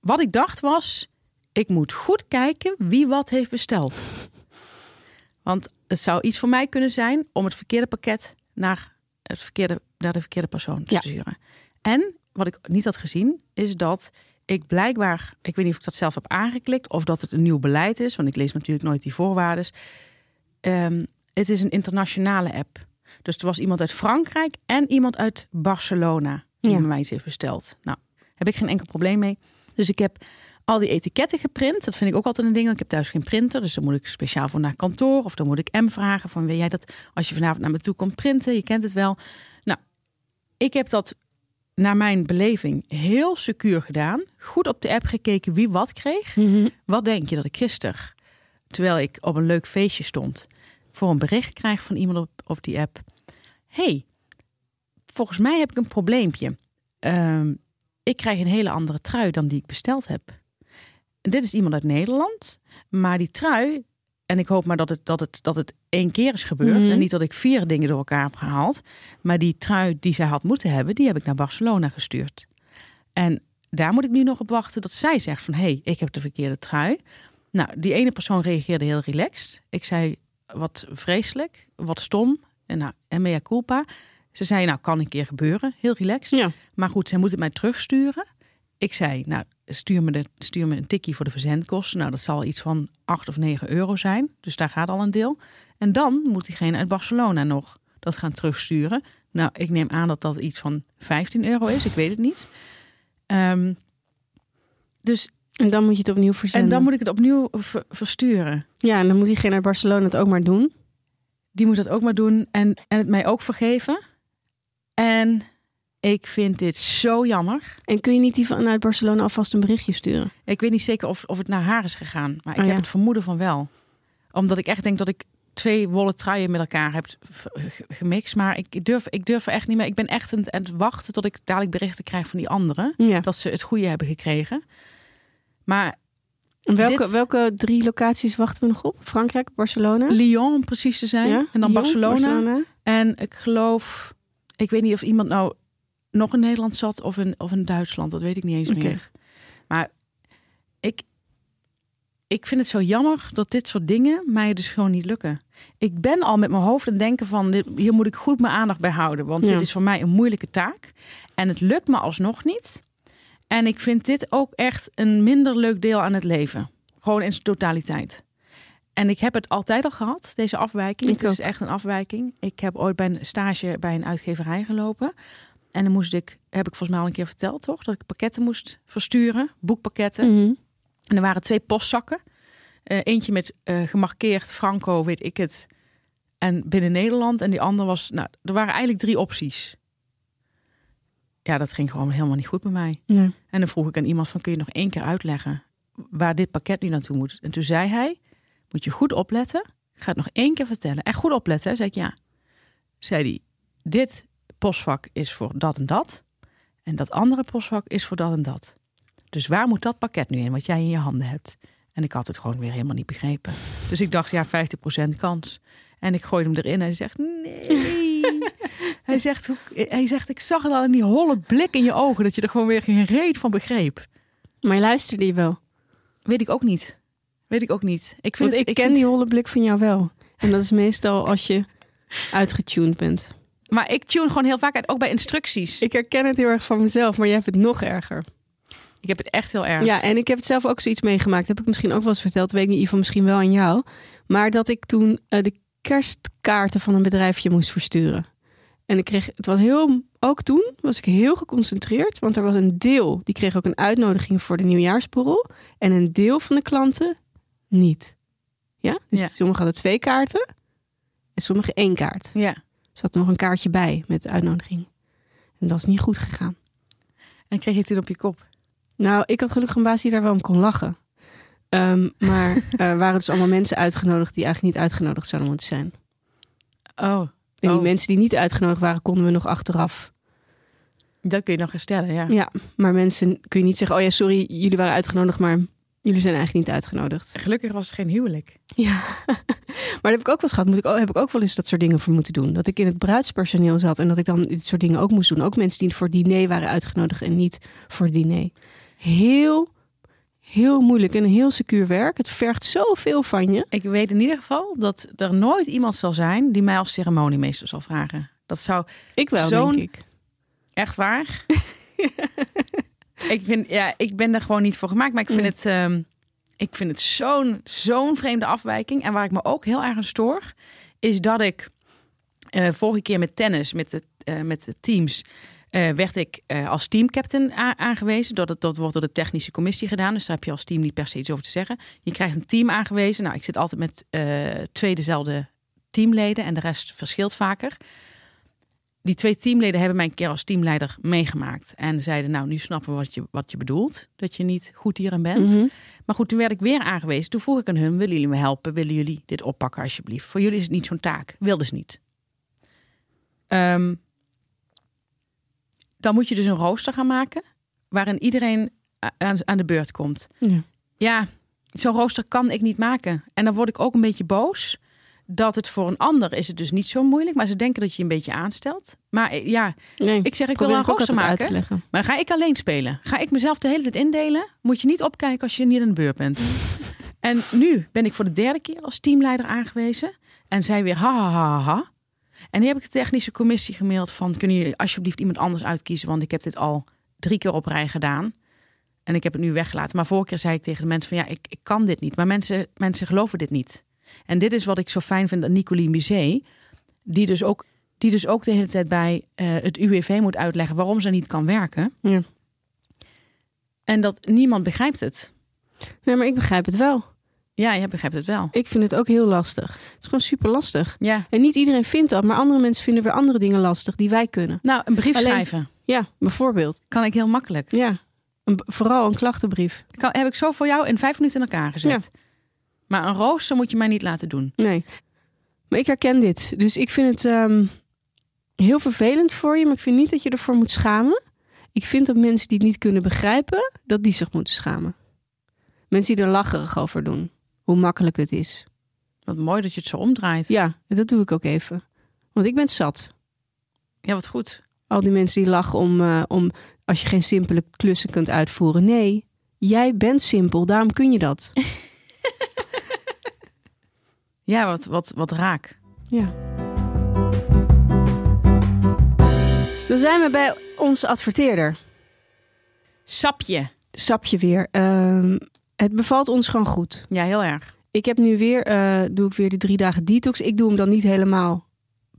[SPEAKER 1] Wat ik dacht was, ik moet goed kijken wie wat heeft besteld. Want het zou iets voor mij kunnen zijn om het verkeerde pakket naar, het verkeerde, naar de verkeerde persoon te
[SPEAKER 2] Ja.
[SPEAKER 1] sturen. En wat ik niet had gezien, is dat ik blijkbaar, ik weet niet of ik dat zelf heb aangeklikt of dat het een nieuw beleid is, want ik lees natuurlijk nooit die voorwaarden. Ehm, het is een internationale app. Dus er was iemand uit Frankrijk en iemand uit Barcelona die
[SPEAKER 2] Ja.
[SPEAKER 1] bij mij iets heeft besteld. Nou, heb ik geen enkel probleem mee. Dus ik heb al die etiketten geprint. Dat vind ik ook altijd een ding. want Ik heb thuis geen printer, dus dan moet ik speciaal voor naar kantoor. Of dan moet ik M vragen van wil jij dat als je vanavond naar me toe komt printen? Je kent het wel. Nou, ik heb dat naar mijn beleving heel secuur gedaan. Goed op de app gekeken wie wat kreeg. Wat denk je dat ik gisteren, terwijl ik op een leuk feestje stond, voor een bericht krijg van iemand op, op die app? hey, volgens mij heb ik een probleempje. Ehm, ik krijg een hele andere trui dan die ik besteld heb. Dit is iemand uit Nederland, maar die trui. En ik hoop maar dat het, dat het, dat het één keer is gebeurd.
[SPEAKER 2] Mhm.
[SPEAKER 1] En niet dat ik vier dingen door elkaar heb gehaald. Maar die trui die zij had moeten hebben, die heb ik naar Barcelona gestuurd. En daar moet ik nu nog op wachten dat zij zegt van... hé, hey, ik heb de verkeerde trui. Nou, die ene persoon reageerde heel relaxed. Ik zei, wat vreselijk, wat stom. En, nou, en mea culpa. Ze zei, nou, kan een keer gebeuren. Heel relaxed.
[SPEAKER 2] Ja.
[SPEAKER 1] Maar goed, zij moet het mij terugsturen. Ik zei, nou, stuur me, de, stuur me een tikkie voor de verzendkosten. Nou, dat zal iets van 8 of 9 euro zijn. Dus daar gaat al een deel. En dan moet diegene uit Barcelona nog dat gaan terugsturen. Nou, ik neem aan dat dat iets van 15 euro is. Ik weet het niet. Ehm, dus,
[SPEAKER 2] En dan moet je het opnieuw verzenden.
[SPEAKER 1] en dan moet ik het opnieuw ver- versturen.
[SPEAKER 2] Ja, en dan moet diegene uit Barcelona het ook maar doen.
[SPEAKER 1] Die moet dat ook maar doen en, en het mij ook vergeven. En ik vind dit zo jammer.
[SPEAKER 2] En kun je niet die vanuit Barcelona alvast een berichtje sturen?
[SPEAKER 1] Ik weet niet zeker of, of het naar haar is gegaan. Maar ik
[SPEAKER 2] Oh,
[SPEAKER 1] heb
[SPEAKER 2] ja.
[SPEAKER 1] het vermoeden van wel. Omdat ik echt denk dat ik twee wollen truien met elkaar heb v- g- gemixt. Maar ik durf, ik durf er echt niet meer. Ik ben echt aan het- aan het wachten tot ik dadelijk berichten krijg van die anderen.
[SPEAKER 2] Ja.
[SPEAKER 1] Dat ze het goede hebben gekregen. Maar
[SPEAKER 2] En welke,
[SPEAKER 1] dit-
[SPEAKER 2] welke drie locaties wachten we nog op? Frankrijk, Barcelona?
[SPEAKER 1] Lyon, om precies te zijn.
[SPEAKER 2] Ja,
[SPEAKER 1] en dan
[SPEAKER 2] Lyon,
[SPEAKER 1] Barcelona. En ik geloof, ik weet niet of iemand nou nog in Nederland zat of in, of in Duitsland. Dat weet ik niet eens
[SPEAKER 2] Oké.
[SPEAKER 1] meer. Maar ik, ik vind het zo jammer dat dit soort dingen mij dus gewoon niet lukken. Ik ben al met mijn hoofd aan het denken van, dit, hier moet ik goed mijn aandacht bij houden. Want
[SPEAKER 2] Ja.
[SPEAKER 1] dit is voor mij een moeilijke taak. En het lukt me alsnog niet. En ik vind dit ook echt een minder leuk deel aan het leven. Gewoon in zijn totaliteit. En ik heb het altijd al gehad, deze afwijking.
[SPEAKER 2] Ik
[SPEAKER 1] het is echt een afwijking. Ik heb ooit bij een stage bij een uitgeverij gelopen. En dan moest ik, heb ik volgens mij al een keer verteld, toch? Dat ik pakketten moest versturen, boekpakketten.
[SPEAKER 2] Mhm.
[SPEAKER 1] En er waren twee postzakken. Eh, eentje met eh, gemarkeerd Franco, weet ik het. En binnen Nederland. En die andere was. Nou, er waren eigenlijk drie opties. Ja, dat ging gewoon helemaal niet goed bij mij.
[SPEAKER 2] Nee.
[SPEAKER 1] En dan vroeg ik aan iemand: van, Kun je nog één keer uitleggen waar dit pakket nu naartoe moet? En toen zei hij: Moet je goed opletten. Ik ga het nog één keer vertellen. En goed opletten, hè? zei ik ja. Zei hij, dit postvak is voor dat en dat. En dat andere postvak is voor dat en dat. Dus waar moet dat pakket nu in, wat jij in je handen hebt? En ik had het gewoon weer helemaal niet begrepen. Dus ik dacht, ja, 50% kans. En ik gooide hem erin en hij zegt, nee. hij, zegt, hoe- hij zegt, ik zag het al in die holle blik in je ogen... dat je er gewoon weer geen reet van begreep.
[SPEAKER 2] Maar luisterde je wel?
[SPEAKER 1] Weet ik ook niet. Weet ik ook niet. Ik vind,
[SPEAKER 2] Want ik, ken
[SPEAKER 1] vind-
[SPEAKER 2] die holle blik van jou wel. En dat is meestal als je uitgetuned bent.
[SPEAKER 1] Maar ik tune gewoon heel vaak uit, ook bij instructies. Ik,
[SPEAKER 2] Ik herken het heel erg van mezelf, maar jij hebt het nog erger.
[SPEAKER 1] heb het echt heel erg.
[SPEAKER 2] Ja, en ik heb het zelf ook zoiets meegemaakt. Heb ik misschien ook wel eens verteld. Weet ik niet, Ivan, misschien wel aan jou. Maar dat ik toen eh, de kerstkaarten van een bedrijfje moest versturen. En ik kreeg, het was heel, ook toen was ik heel geconcentreerd. Want er was een deel, die kreeg ook een uitnodiging voor de nieuwjaarsborrel. En een deel van de klanten niet. Ja, dus
[SPEAKER 1] Ja.
[SPEAKER 2] sommigen hadden twee kaarten. En sommigen één kaart.
[SPEAKER 1] Ja.
[SPEAKER 2] Er zat nog een kaartje bij met de uitnodiging. En dat is niet goed gegaan.
[SPEAKER 1] En kreeg je het toen op je kop.
[SPEAKER 2] Nou, ik had gelukkig een baas die daar wel om kon lachen. Ehm, maar er waren dus allemaal mensen uitgenodigd die eigenlijk niet uitgenodigd zouden moeten zijn.
[SPEAKER 1] Oh,
[SPEAKER 2] En die
[SPEAKER 1] Oh.
[SPEAKER 2] mensen die niet uitgenodigd waren, konden we nog achteraf.
[SPEAKER 1] dat kun je nog herstellen, ja.
[SPEAKER 2] Ja, maar mensen kun je niet zeggen: Oh ja, sorry, jullie waren uitgenodigd, maar jullie zijn eigenlijk niet uitgenodigd.
[SPEAKER 1] Gelukkig was het geen huwelijk.
[SPEAKER 2] Ja, maar dat heb ik ook wel eens gehad. Moet ik, ook- heb ik ook wel eens dat soort dingen voor moeten doen. Dat ik in het bruidspersoneel zat en dat ik dan dit soort dingen ook moest doen. Ook mensen die voor diner waren uitgenodigd en niet voor diner. Heel, heel moeilijk en heel secuur werk. Het vergt zoveel van je.
[SPEAKER 1] Ik weet in ieder geval dat er nooit iemand zal zijn die mij als ceremoniemeester zal vragen. Dat zou
[SPEAKER 2] Ik wel,
[SPEAKER 1] Zo'n-
[SPEAKER 2] denk ik.
[SPEAKER 1] echt waar. ik, vind, ja, ik ben er gewoon niet voor gemaakt, maar ik vind
[SPEAKER 2] Nee.
[SPEAKER 1] het, ehm, ik vind het zo'n, zo'n vreemde afwijking. En waar ik me ook heel erg aan stoor, is dat ik eh, vorige keer met tennis, met de, eh, met de teams, eh, werd ik eh, als teamcaptain a- aangewezen. Dat, het, dat wordt door de technische commissie gedaan, dus daar heb je als team niet per se iets over te zeggen. Je krijgt een team aangewezen. Nou, ik zit altijd met eh, twee dezelfde teamleden en de rest verschilt vaker. Die twee teamleden hebben mij een keer als teamleider meegemaakt. En zeiden, nou, nu snappen we wat je, wat je bedoelt. Dat je niet goed hierin bent.
[SPEAKER 2] Mhm.
[SPEAKER 1] Maar goed, toen werd ik weer aangewezen. Toen vroeg ik aan hun, willen jullie me helpen? Willen jullie dit oppakken alsjeblieft? Voor jullie is het niet zo'n taak. Wilden ze niet. Ehm, dan moet je dus een rooster gaan maken... waarin iedereen a- aan, aan de beurt komt.
[SPEAKER 2] Ja.
[SPEAKER 1] Ja, zo'n rooster kan ik niet maken. En dan word ik ook een beetje boos... dat het voor een ander is het dus niet zo moeilijk... maar ze denken dat je je een beetje aanstelt. Maar eh, ja,
[SPEAKER 2] Nee,
[SPEAKER 1] ik zeg, ik wil
[SPEAKER 2] probeer
[SPEAKER 1] wel een
[SPEAKER 2] ook
[SPEAKER 1] rooster
[SPEAKER 2] altijd uit
[SPEAKER 1] maken...
[SPEAKER 2] te leggen.
[SPEAKER 1] Maar dan ga ik alleen spelen. Ga ik mezelf de hele tijd indelen? Moet je niet opkijken als je niet aan de beurt bent. en nu ben ik voor de derde keer als teamleider aangewezen. En zij weer ha ha ha ha, ha. En nu heb ik de technische commissie gemaild van... kunnen jullie alsjeblieft iemand anders uitkiezen? Want ik heb dit al drie keer op rij gedaan. En ik heb het nu weggelaten. Maar vorige keer zei ik tegen de mensen van... ja, ik, ik kan dit niet. Maar mensen, mensen geloven dit niet. En dit is wat ik zo fijn vind aan Nicolie Musée... die dus ook, die dus ook de hele tijd bij eh, het UWV moet uitleggen... waarom ze niet kan werken.
[SPEAKER 2] Ja.
[SPEAKER 1] En dat niemand begrijpt het.
[SPEAKER 2] Nee, maar ik begrijp het wel.
[SPEAKER 1] Ja, jij begrijpt het wel.
[SPEAKER 2] Ik vind het ook heel lastig. Het is gewoon super lastig.
[SPEAKER 1] Ja.
[SPEAKER 2] En niet iedereen vindt dat, maar andere mensen vinden weer andere dingen lastig die wij kunnen.
[SPEAKER 1] Nou, een brief
[SPEAKER 2] Alleen-
[SPEAKER 1] schrijven
[SPEAKER 2] Ja, bijvoorbeeld.
[SPEAKER 1] kan ik heel makkelijk.
[SPEAKER 2] Ja, een, vooral een klachtenbrief.
[SPEAKER 1] Kan, heb ik zo voor jou in vijf minuten in elkaar gezet. Maar een rooster moet je mij niet laten doen.
[SPEAKER 2] Nee. Maar ik herken dit. Dus ik vind het ehm, heel vervelend voor je. Maar ik vind niet dat je ervoor moet schamen. Ik vind dat mensen die het niet kunnen begrijpen, dat die zich moeten schamen. Mensen die er lacherig over doen. Hoe makkelijk het is.
[SPEAKER 1] Wat mooi dat je het zo omdraait. Ja,
[SPEAKER 2] Ja, dat doe ik ook even. Want ik ben het zat.
[SPEAKER 1] wat goed.
[SPEAKER 2] Al die mensen die lachen om, eh, om als je geen simpele klussen kunt uitvoeren. Nee, jij bent simpel. Daarom kun je dat.
[SPEAKER 1] Ja, wat, wat, wat raak.
[SPEAKER 2] Ja. Dan zijn we bij onze adverteerder.
[SPEAKER 1] Sapje.
[SPEAKER 2] sapje weer. Ehm, het bevalt ons gewoon goed.
[SPEAKER 1] Ja, heel erg.
[SPEAKER 2] Ik heb nu weer, eh, doe ik weer de drie dagen detox. Ik doe hem dan niet helemaal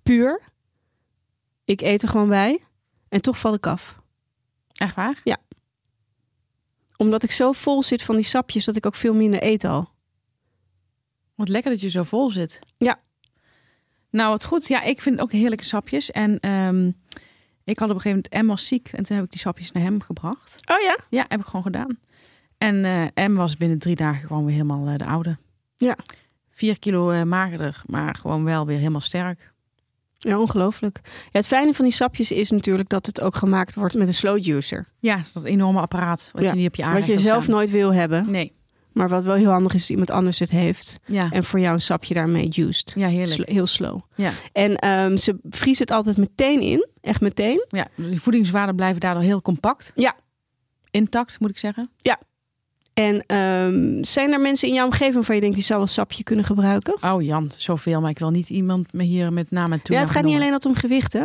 [SPEAKER 2] puur. Ik eet er gewoon bij. En toch val ik af.
[SPEAKER 1] Echt waar?
[SPEAKER 2] Omdat ik zo vol zit van die sapjes dat ik ook veel minder eet al.
[SPEAKER 1] Wat lekker dat je zo vol zit.
[SPEAKER 2] Ja.
[SPEAKER 1] Nou, wat goed. Ja, ik vind ook heerlijke sapjes. En ehm, ik had op een gegeven moment... Em was ziek en toen heb ik die sapjes naar hem gebracht.
[SPEAKER 2] Oh ja?
[SPEAKER 1] Ja, heb ik gewoon gedaan. En eh M was binnen drie dagen gewoon weer helemaal eh, de oude.
[SPEAKER 2] Ja.
[SPEAKER 1] Vier kilo eh, magerder, maar gewoon wel weer helemaal sterk.
[SPEAKER 2] Ja, ongelooflijk. Ja, het fijne van die sapjes is natuurlijk dat het ook gemaakt wordt met een slow juicer.
[SPEAKER 1] Ja, dat enorme apparaat wat
[SPEAKER 2] Ja,
[SPEAKER 1] je niet op je aanrecht
[SPEAKER 2] Wat je
[SPEAKER 1] hebt
[SPEAKER 2] zelf
[SPEAKER 1] staan.
[SPEAKER 2] nooit wil hebben.
[SPEAKER 1] Nee,
[SPEAKER 2] Maar wat wel heel handig is, dat iemand anders het heeft.
[SPEAKER 1] ja.
[SPEAKER 2] En voor jou een sapje daarmee juiced.
[SPEAKER 1] ja, heerlijk.
[SPEAKER 2] Sl- heel slow.
[SPEAKER 1] Ja.
[SPEAKER 2] En ehm, ze vriezen het altijd meteen in. Echt meteen.
[SPEAKER 1] Ja, de voedingswaarden blijven daardoor heel compact.
[SPEAKER 2] Ja.
[SPEAKER 1] Intact, moet ik zeggen.
[SPEAKER 2] En ehm, zijn er mensen in jouw omgeving waarvan je denkt, die zou wel sapje kunnen gebruiken?
[SPEAKER 1] Oh Jan, zoveel, maar ik wil niet iemand me hier met naam en toe.
[SPEAKER 2] ja, het gaat niet alleen altijd om gewicht, hè?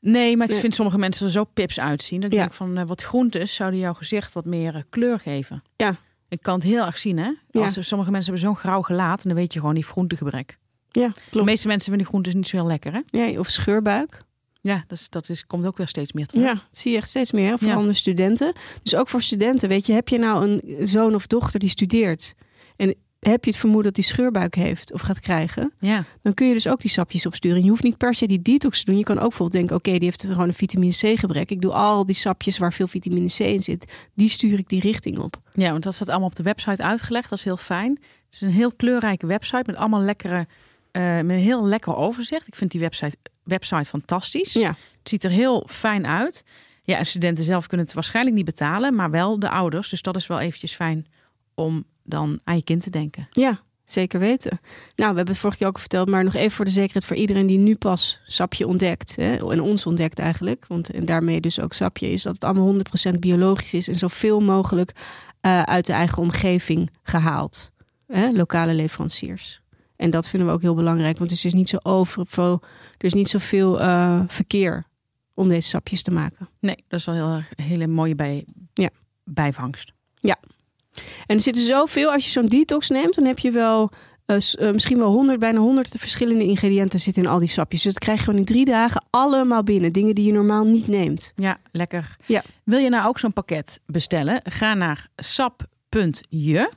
[SPEAKER 1] Nee, maar ik
[SPEAKER 2] Nee.
[SPEAKER 1] vind sommige mensen er zo pips uitzien. Dat ik
[SPEAKER 2] Ja.
[SPEAKER 1] denk van, eh, wat groentes zouden jouw gezicht wat meer eh, kleur geven.
[SPEAKER 2] Ja.
[SPEAKER 1] Ik kan het heel erg zien, hè?
[SPEAKER 2] Ja.
[SPEAKER 1] Als er- sommige mensen hebben zo'n grauw gelaat... en dan weet je gewoon die groentegebrek.
[SPEAKER 2] Ja,
[SPEAKER 1] De
[SPEAKER 2] klopt.
[SPEAKER 1] meeste mensen vinden groentes niet zo heel lekker, hè?
[SPEAKER 2] Ja, of scheurbuik.
[SPEAKER 1] Ja, dat, is, dat is, komt ook weer steeds meer terug.
[SPEAKER 2] Ja, dat zie je echt steeds meer. hè, Vooral
[SPEAKER 1] Ja.
[SPEAKER 2] onder studenten. Dus ook voor studenten, weet je, heb je nou een zoon of dochter die studeert en heb je het vermoeden dat die scheurbuik heeft of gaat krijgen,
[SPEAKER 1] Ja,
[SPEAKER 2] dan kun je dus ook die sapjes opsturen. Je hoeft niet per se die detox te doen. Je kan ook bijvoorbeeld denken, oké, die heeft gewoon een vitamine C gebrek. Ik doe al die sapjes waar veel vitamine C in zit. Die stuur ik die richting op.
[SPEAKER 1] ja want dat staat allemaal op de website uitgelegd. Dat is heel fijn. Het is een heel kleurrijke website met allemaal lekkere... eh, met een heel lekker overzicht. Ik vind die website, website fantastisch.
[SPEAKER 2] Ja.
[SPEAKER 1] Het ziet er heel fijn uit. Ja, en studenten zelf kunnen het waarschijnlijk niet betalen, maar wel de ouders. Dus dat is wel eventjes fijn om dan aan je kind te denken.
[SPEAKER 2] Ja, zeker weten. Nou, we hebben het vorige keer ook al verteld, maar nog even voor de zekerheid voor iedereen die nu pas sapje ontdekt. Hè, en ons ontdekt eigenlijk, want en daarmee dus ook sapje, is dat het allemaal 100% biologisch is en zoveel mogelijk eh, uit de eigen omgeving gehaald. Hè, lokale leveranciers. En dat vinden we ook heel belangrijk, want er is dus niet zo over, er is niet zoveel eh, verkeer om deze sapjes te maken.
[SPEAKER 1] Nee, dat is wel heel erg hele mooie bij,
[SPEAKER 2] Ja.
[SPEAKER 1] bijvangst.
[SPEAKER 2] En er zitten zoveel, als je zo'n detox neemt, dan heb je wel eh, s- eh, misschien wel 100, bijna 100 verschillende ingrediënten zitten in al die sapjes. Dus dat krijg je gewoon in drie dagen allemaal binnen. Dingen die je normaal niet neemt.
[SPEAKER 1] Ja, lekker.
[SPEAKER 2] Ja.
[SPEAKER 1] Wil je nou ook zo'n pakket bestellen? Ga naar sap.je.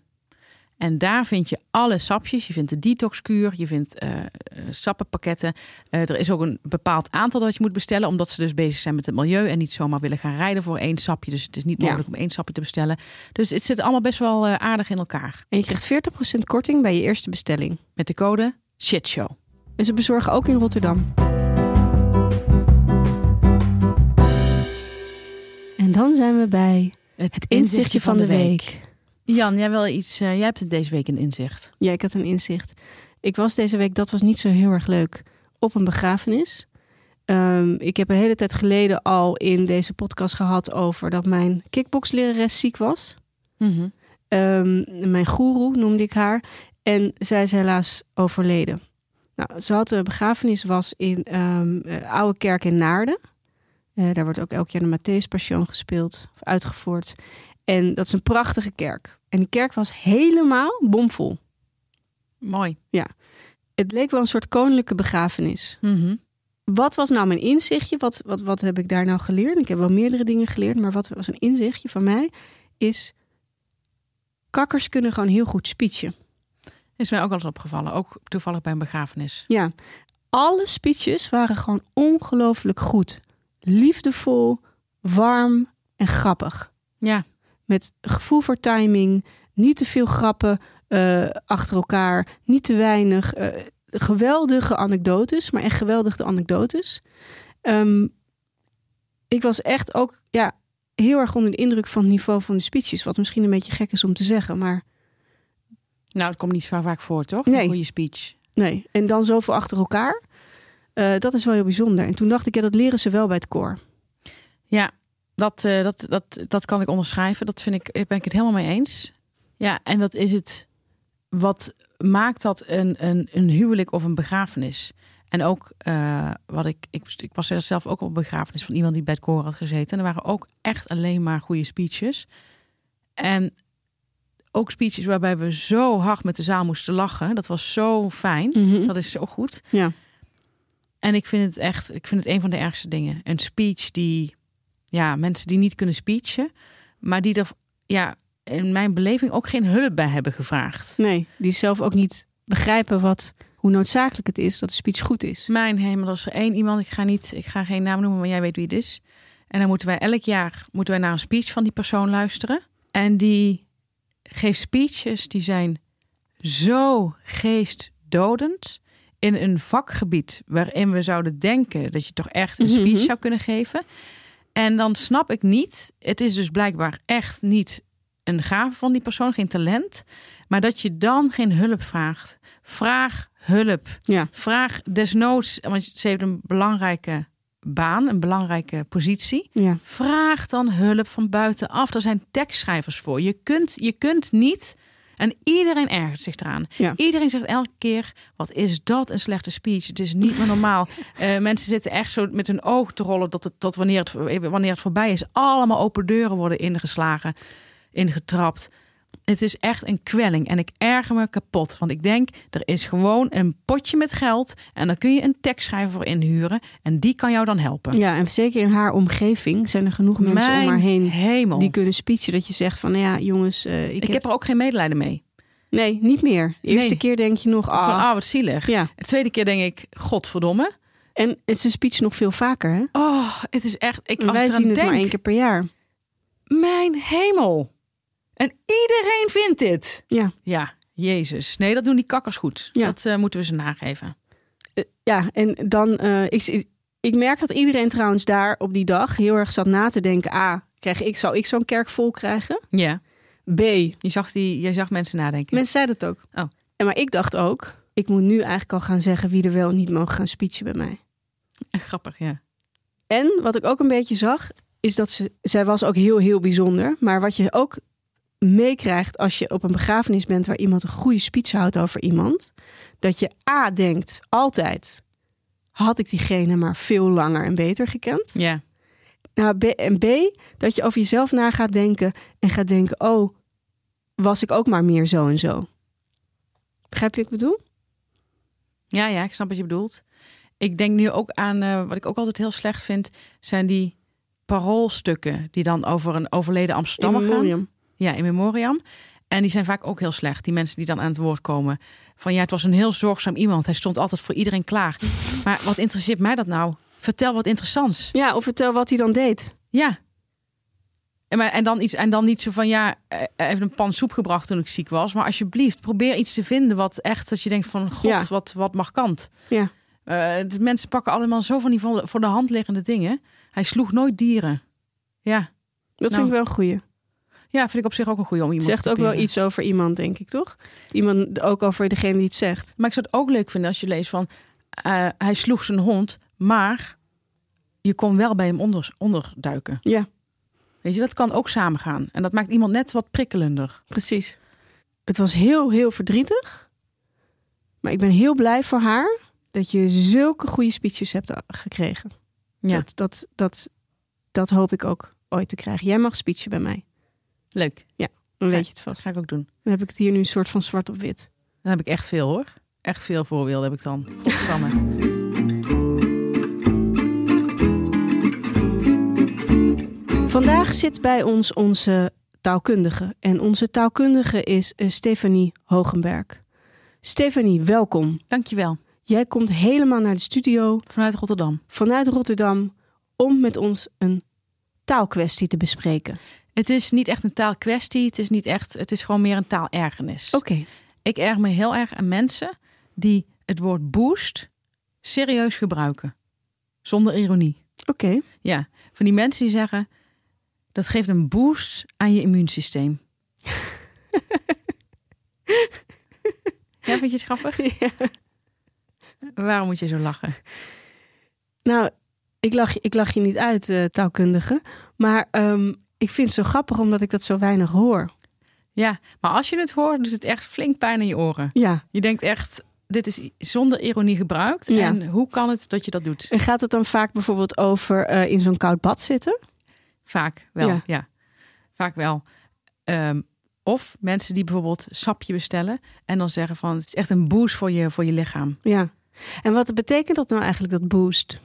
[SPEAKER 1] En daar vind je alle sapjes. Je vindt de detoxkuur, je vindt eh, eh, sappenpakketten. Eh, er is ook een bepaald aantal dat je moet bestellen, omdat ze dus bezig zijn met het milieu en niet zomaar willen gaan rijden voor één sapje. Dus het is niet
[SPEAKER 2] Ja.
[SPEAKER 1] mogelijk om één sapje te bestellen. Dus het zit allemaal best wel eh, aardig in elkaar.
[SPEAKER 2] En je krijgt 40% korting bij je eerste bestelling.
[SPEAKER 1] Met de code SHITSHOW.
[SPEAKER 2] En ze bezorgen ook in Rotterdam. En dan zijn we bij het inzichtje van de week.
[SPEAKER 1] Jan, jij wil iets. eh, jij hebt het deze week een inzicht.
[SPEAKER 2] Ja, ik had een inzicht. Ik was deze week, dat was niet zo heel erg leuk, op een begrafenis. Ehm, ik heb een hele tijd geleden al in deze podcast gehad over dat mijn kickboxlerares ziek was. Mhm. Ehm, mijn goeroe noemde ik haar. En zij is helaas overleden. Nou, ze had een begrafenis, was in ehm, eh, Oude Kerk in Naarden. Eh, daar wordt ook elk jaar de Matthäus Passion gespeeld, of uitgevoerd. En dat is een prachtige kerk. En die kerk was helemaal bomvol.
[SPEAKER 1] Mooi.
[SPEAKER 2] Het leek wel een soort koninklijke begrafenis. Wat was nou mijn inzichtje? Wat, wat, wat heb ik daar nou geleerd? Ik heb wel meerdere dingen geleerd, maar wat was een inzichtje van mij? Is kakkers kunnen gewoon heel goed speechen.
[SPEAKER 1] Is mij ook al eens opgevallen. Ook toevallig bij een begrafenis.
[SPEAKER 2] Ja, alle speeches waren gewoon ongelooflijk goed. Liefdevol, warm en grappig.
[SPEAKER 1] Ja.
[SPEAKER 2] Met gevoel voor timing, niet te veel grappen eh, achter elkaar, niet te weinig. eh, geweldige anekdotes, maar echt geweldige anekdotes. Ehm, ik was echt ook ja, heel erg onder de indruk van het niveau van de speeches. Wat misschien een beetje gek is om te zeggen, maar
[SPEAKER 1] Nou, het komt niet zo vaak voor, toch?
[SPEAKER 2] Nee.
[SPEAKER 1] Een goede speech.
[SPEAKER 2] Nee, en dan zoveel achter elkaar. Eh, dat is wel heel bijzonder. En toen dacht ik, ja, dat leren ze wel bij het koor.
[SPEAKER 1] Ja, dat, eh, dat, dat, dat kan ik onderschrijven. Dat vind ik, daar ben ik het helemaal mee eens. Ja, en wat is het? Wat maakt dat een, een, een huwelijk of een begrafenis? En ook eh, wat ik, ik, ik was zelf ook op een begrafenis van iemand die bij het koor had gezeten. En er waren ook echt alleen maar goede speeches. En ook speeches waarbij we zo hard met de zaal moesten lachen. Dat was zo fijn. Dat is zo goed.
[SPEAKER 2] Ja.
[SPEAKER 1] En ik vind het echt, ik vind het een van de ergste dingen. Een speech die, ja, mensen die niet kunnen speechen, maar die er, ja, in mijn beleving ook geen hulp bij hebben gevraagd.
[SPEAKER 2] Nee, die zelf ook niet begrijpen wat, hoe noodzakelijk het is dat de speech goed is.
[SPEAKER 1] Dus Mijn hemel, als er één iemand, ik ga niet, ik ga geen naam noemen, maar jij weet wie het is. En dan moeten wij elk jaar moeten wij naar een speech van die persoon luisteren. En die geeft speeches die zijn zo geestdodend in een vakgebied waarin we zouden denken dat je toch echt een speech
[SPEAKER 2] Mhm.
[SPEAKER 1] zou kunnen geven. En dan snap ik niet, het is dus blijkbaar echt niet een gave van die persoon, geen talent, maar dat je dan geen hulp vraagt. Vraag hulp.
[SPEAKER 2] Ja.
[SPEAKER 1] Vraag desnoods, want ze heeft een belangrijke baan, een belangrijke positie.
[SPEAKER 2] Ja.
[SPEAKER 1] Vraag dan hulp van buitenaf. Er zijn tekstschrijvers voor. Je kunt, je kunt niet. En iedereen ergert zich eraan.
[SPEAKER 2] Ja.
[SPEAKER 1] Iedereen zegt elke keer: wat is dat een slechte speech? Het is niet meer normaal. Eh, mensen zitten echt zo met hun oog te rollen dat het, tot wanneer het, wanneer het voorbij is, allemaal open deuren worden ingeslagen, ingetrapt. Het is echt een kwelling en ik erger me kapot. Want ik denk, er is gewoon een potje met geld en daar kun je een tekstschrijver voor inhuren en die kan jou dan helpen.
[SPEAKER 2] ja, en zeker in haar omgeving zijn er genoeg mensen
[SPEAKER 1] Mijn
[SPEAKER 2] om haar heen
[SPEAKER 1] hemel.
[SPEAKER 2] die kunnen speechen. Dat je zegt van, nou ja, jongens, eh, ik,
[SPEAKER 1] Ik, heb er ook geen medelijden mee.
[SPEAKER 2] Nee, niet meer. De eerste
[SPEAKER 1] Nee.
[SPEAKER 2] keer denk je nog, ah.
[SPEAKER 1] Van, ah, wat zielig.
[SPEAKER 2] ja.
[SPEAKER 1] De tweede keer denk ik, godverdomme.
[SPEAKER 2] En het is een speech nog veel vaker, hè?
[SPEAKER 1] Oh, het is echt... Ik, als
[SPEAKER 2] Wij
[SPEAKER 1] ik
[SPEAKER 2] zien
[SPEAKER 1] eraan
[SPEAKER 2] het
[SPEAKER 1] denk,
[SPEAKER 2] maar één keer per jaar.
[SPEAKER 1] mijn hemel. En iedereen vindt dit.
[SPEAKER 2] Ja.
[SPEAKER 1] Ja, jezus. Nee, dat doen die kakkers goed.
[SPEAKER 2] Ja.
[SPEAKER 1] Dat eh, moeten we ze nageven.
[SPEAKER 2] Eh, ja, en dan... eh, ik, ik merk dat iedereen trouwens daar op die dag heel erg zat na te denken. A, krijg ik, zou ik zo'n kerk vol krijgen?
[SPEAKER 1] Ja,
[SPEAKER 2] B,
[SPEAKER 1] je zag, die, je zag mensen nadenken.
[SPEAKER 2] mensen zeiden dat ook.
[SPEAKER 1] Oh.
[SPEAKER 2] En maar ik dacht ook, ik moet nu eigenlijk al gaan zeggen... wie er wel en niet mogen gaan speechen bij mij.
[SPEAKER 1] Grappig, ja.
[SPEAKER 2] En wat ik ook een beetje zag, is dat ze... Zij was ook heel, heel bijzonder. Maar wat je ook meekrijgt als je op een begrafenis bent... waar iemand een goede speech houdt over iemand... dat je A, denkt altijd... had ik diegene maar veel langer en beter gekend.
[SPEAKER 1] Ja,
[SPEAKER 2] Nou, B, en B, dat je over jezelf na gaat denken... en gaat denken, oh, was ik ook maar meer zo en zo. Begrijp je wat ik bedoel?
[SPEAKER 1] ja, ja ik snap wat je bedoelt. Ik denk nu ook aan, eh, wat ik ook altijd heel slecht vind, zijn die paroolstukken die dan over een overleden Amsterdammer
[SPEAKER 2] In
[SPEAKER 1] gaan.
[SPEAKER 2] memoriam.
[SPEAKER 1] Ja, in memoriam. En die zijn vaak ook heel slecht, die mensen die dan aan het woord komen. Van ja, het was een heel zorgzaam iemand. Hij stond altijd voor iedereen klaar. Maar wat interesseert mij dat nou? Vertel wat interessants.
[SPEAKER 2] Ja, of vertel wat hij dan deed.
[SPEAKER 1] Ja. En, maar, en, dan iets, en dan niet zo van ja, eh, hij heeft een pan soep gebracht toen ik ziek was. Maar alsjeblieft, probeer iets te vinden wat echt, dat je denkt van god,
[SPEAKER 2] Ja.
[SPEAKER 1] wat, wat markant.
[SPEAKER 2] Ja.
[SPEAKER 1] Eh, de mensen pakken allemaal zo van die voor voor de hand liggende dingen. Hij sloeg nooit dieren. Ja.
[SPEAKER 2] Dat
[SPEAKER 1] Nou,
[SPEAKER 2] vind ik wel een goeie.
[SPEAKER 1] ja, vind ik op zich ook een goede om iemand
[SPEAKER 2] Het zegt
[SPEAKER 1] te
[SPEAKER 2] ook wel
[SPEAKER 1] typeren.
[SPEAKER 2] iets over iemand, denk ik, toch? Iemand ook over degene die het zegt.
[SPEAKER 1] Maar ik zou het ook leuk vinden als je leest van... eh, hij sloeg zijn hond, maar je kon wel bij hem onder, onderduiken.
[SPEAKER 2] Ja.
[SPEAKER 1] Weet je, dat kan ook samengaan. En dat maakt iemand net wat prikkelender.
[SPEAKER 2] Precies. Het was heel, heel verdrietig. Maar ik ben heel blij voor haar dat je zulke goede speeches hebt eh, gekregen.
[SPEAKER 1] Ja.
[SPEAKER 2] Dat, dat, dat, dat hoop ik ook ooit te krijgen. Jij mag speechen bij mij.
[SPEAKER 1] Leuk.
[SPEAKER 2] Dan
[SPEAKER 1] Ja.
[SPEAKER 2] weet je
[SPEAKER 1] Dat
[SPEAKER 2] het vast.
[SPEAKER 1] ga ik ook doen.
[SPEAKER 2] Dan heb ik het hier nu een soort van zwart op wit.
[SPEAKER 1] Dan heb ik echt veel hoor. Echt veel voorbeelden heb ik dan. Godsamme.
[SPEAKER 2] Vandaag zit bij ons onze taalkundige. En onze taalkundige is eh, Stefanie Hogenberg. Stefanie, welkom.
[SPEAKER 1] Dankjewel.
[SPEAKER 2] Jij komt helemaal naar de studio
[SPEAKER 1] Vanuit Rotterdam.
[SPEAKER 2] vanuit Rotterdam om met ons een taalkwestie te bespreken.
[SPEAKER 1] Het is niet echt een taalkwestie. Het is niet echt. Het is gewoon meer een taalergernis.
[SPEAKER 2] Oké.
[SPEAKER 1] Ik erg me heel erg aan mensen die het woord boost serieus gebruiken. Zonder ironie.
[SPEAKER 2] Oké.
[SPEAKER 1] Ja, van die mensen die zeggen dat geeft een boost aan je immuunsysteem. ja, vind je het grappig? Waarom moet je zo lachen?
[SPEAKER 2] Nou, ik lach, ik lach je niet uit, eh, taalkundige. Maar ehm, ik vind het zo grappig omdat ik dat zo weinig hoor.
[SPEAKER 1] Ja, maar als je het hoort, doet het echt flink pijn in je oren.
[SPEAKER 2] Ja.
[SPEAKER 1] Je denkt echt, dit is zonder ironie gebruikt.
[SPEAKER 2] Ja.
[SPEAKER 1] En hoe kan het dat je dat doet?
[SPEAKER 2] En gaat het dan vaak bijvoorbeeld over eh, in zo'n koud bad zitten?
[SPEAKER 1] Vaak wel,
[SPEAKER 2] Ja.
[SPEAKER 1] ja. Vaak wel. Ehm, of mensen die bijvoorbeeld sapje bestellen en dan zeggen van... het is echt een boost voor je, voor je lichaam.
[SPEAKER 2] Ja. En wat betekent dat nou eigenlijk, dat boost?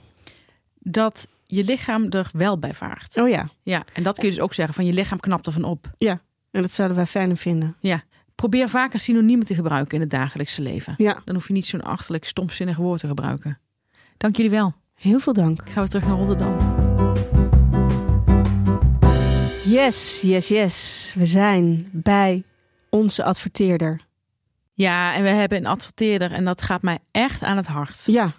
[SPEAKER 1] dat je lichaam er wel bij vaart.
[SPEAKER 2] Oh ja.
[SPEAKER 1] Ja, en dat kun je dus ook zeggen van je lichaam knapt ervan op.
[SPEAKER 2] En dat zouden wij fijner vinden.
[SPEAKER 1] Probeer vaker synoniemen te gebruiken in het dagelijkse leven.
[SPEAKER 2] Ja.
[SPEAKER 1] Dan hoef je niet zo'n achterlijk stomzinnig woord te gebruiken. Dank jullie wel.
[SPEAKER 2] Heel veel dank.
[SPEAKER 1] Gaan we terug naar Rotterdam.
[SPEAKER 2] Yes, yes, yes. We zijn bij onze adverteerder.
[SPEAKER 1] Ja, en we hebben een adverteerder en dat gaat mij echt aan het hart.
[SPEAKER 2] Ja.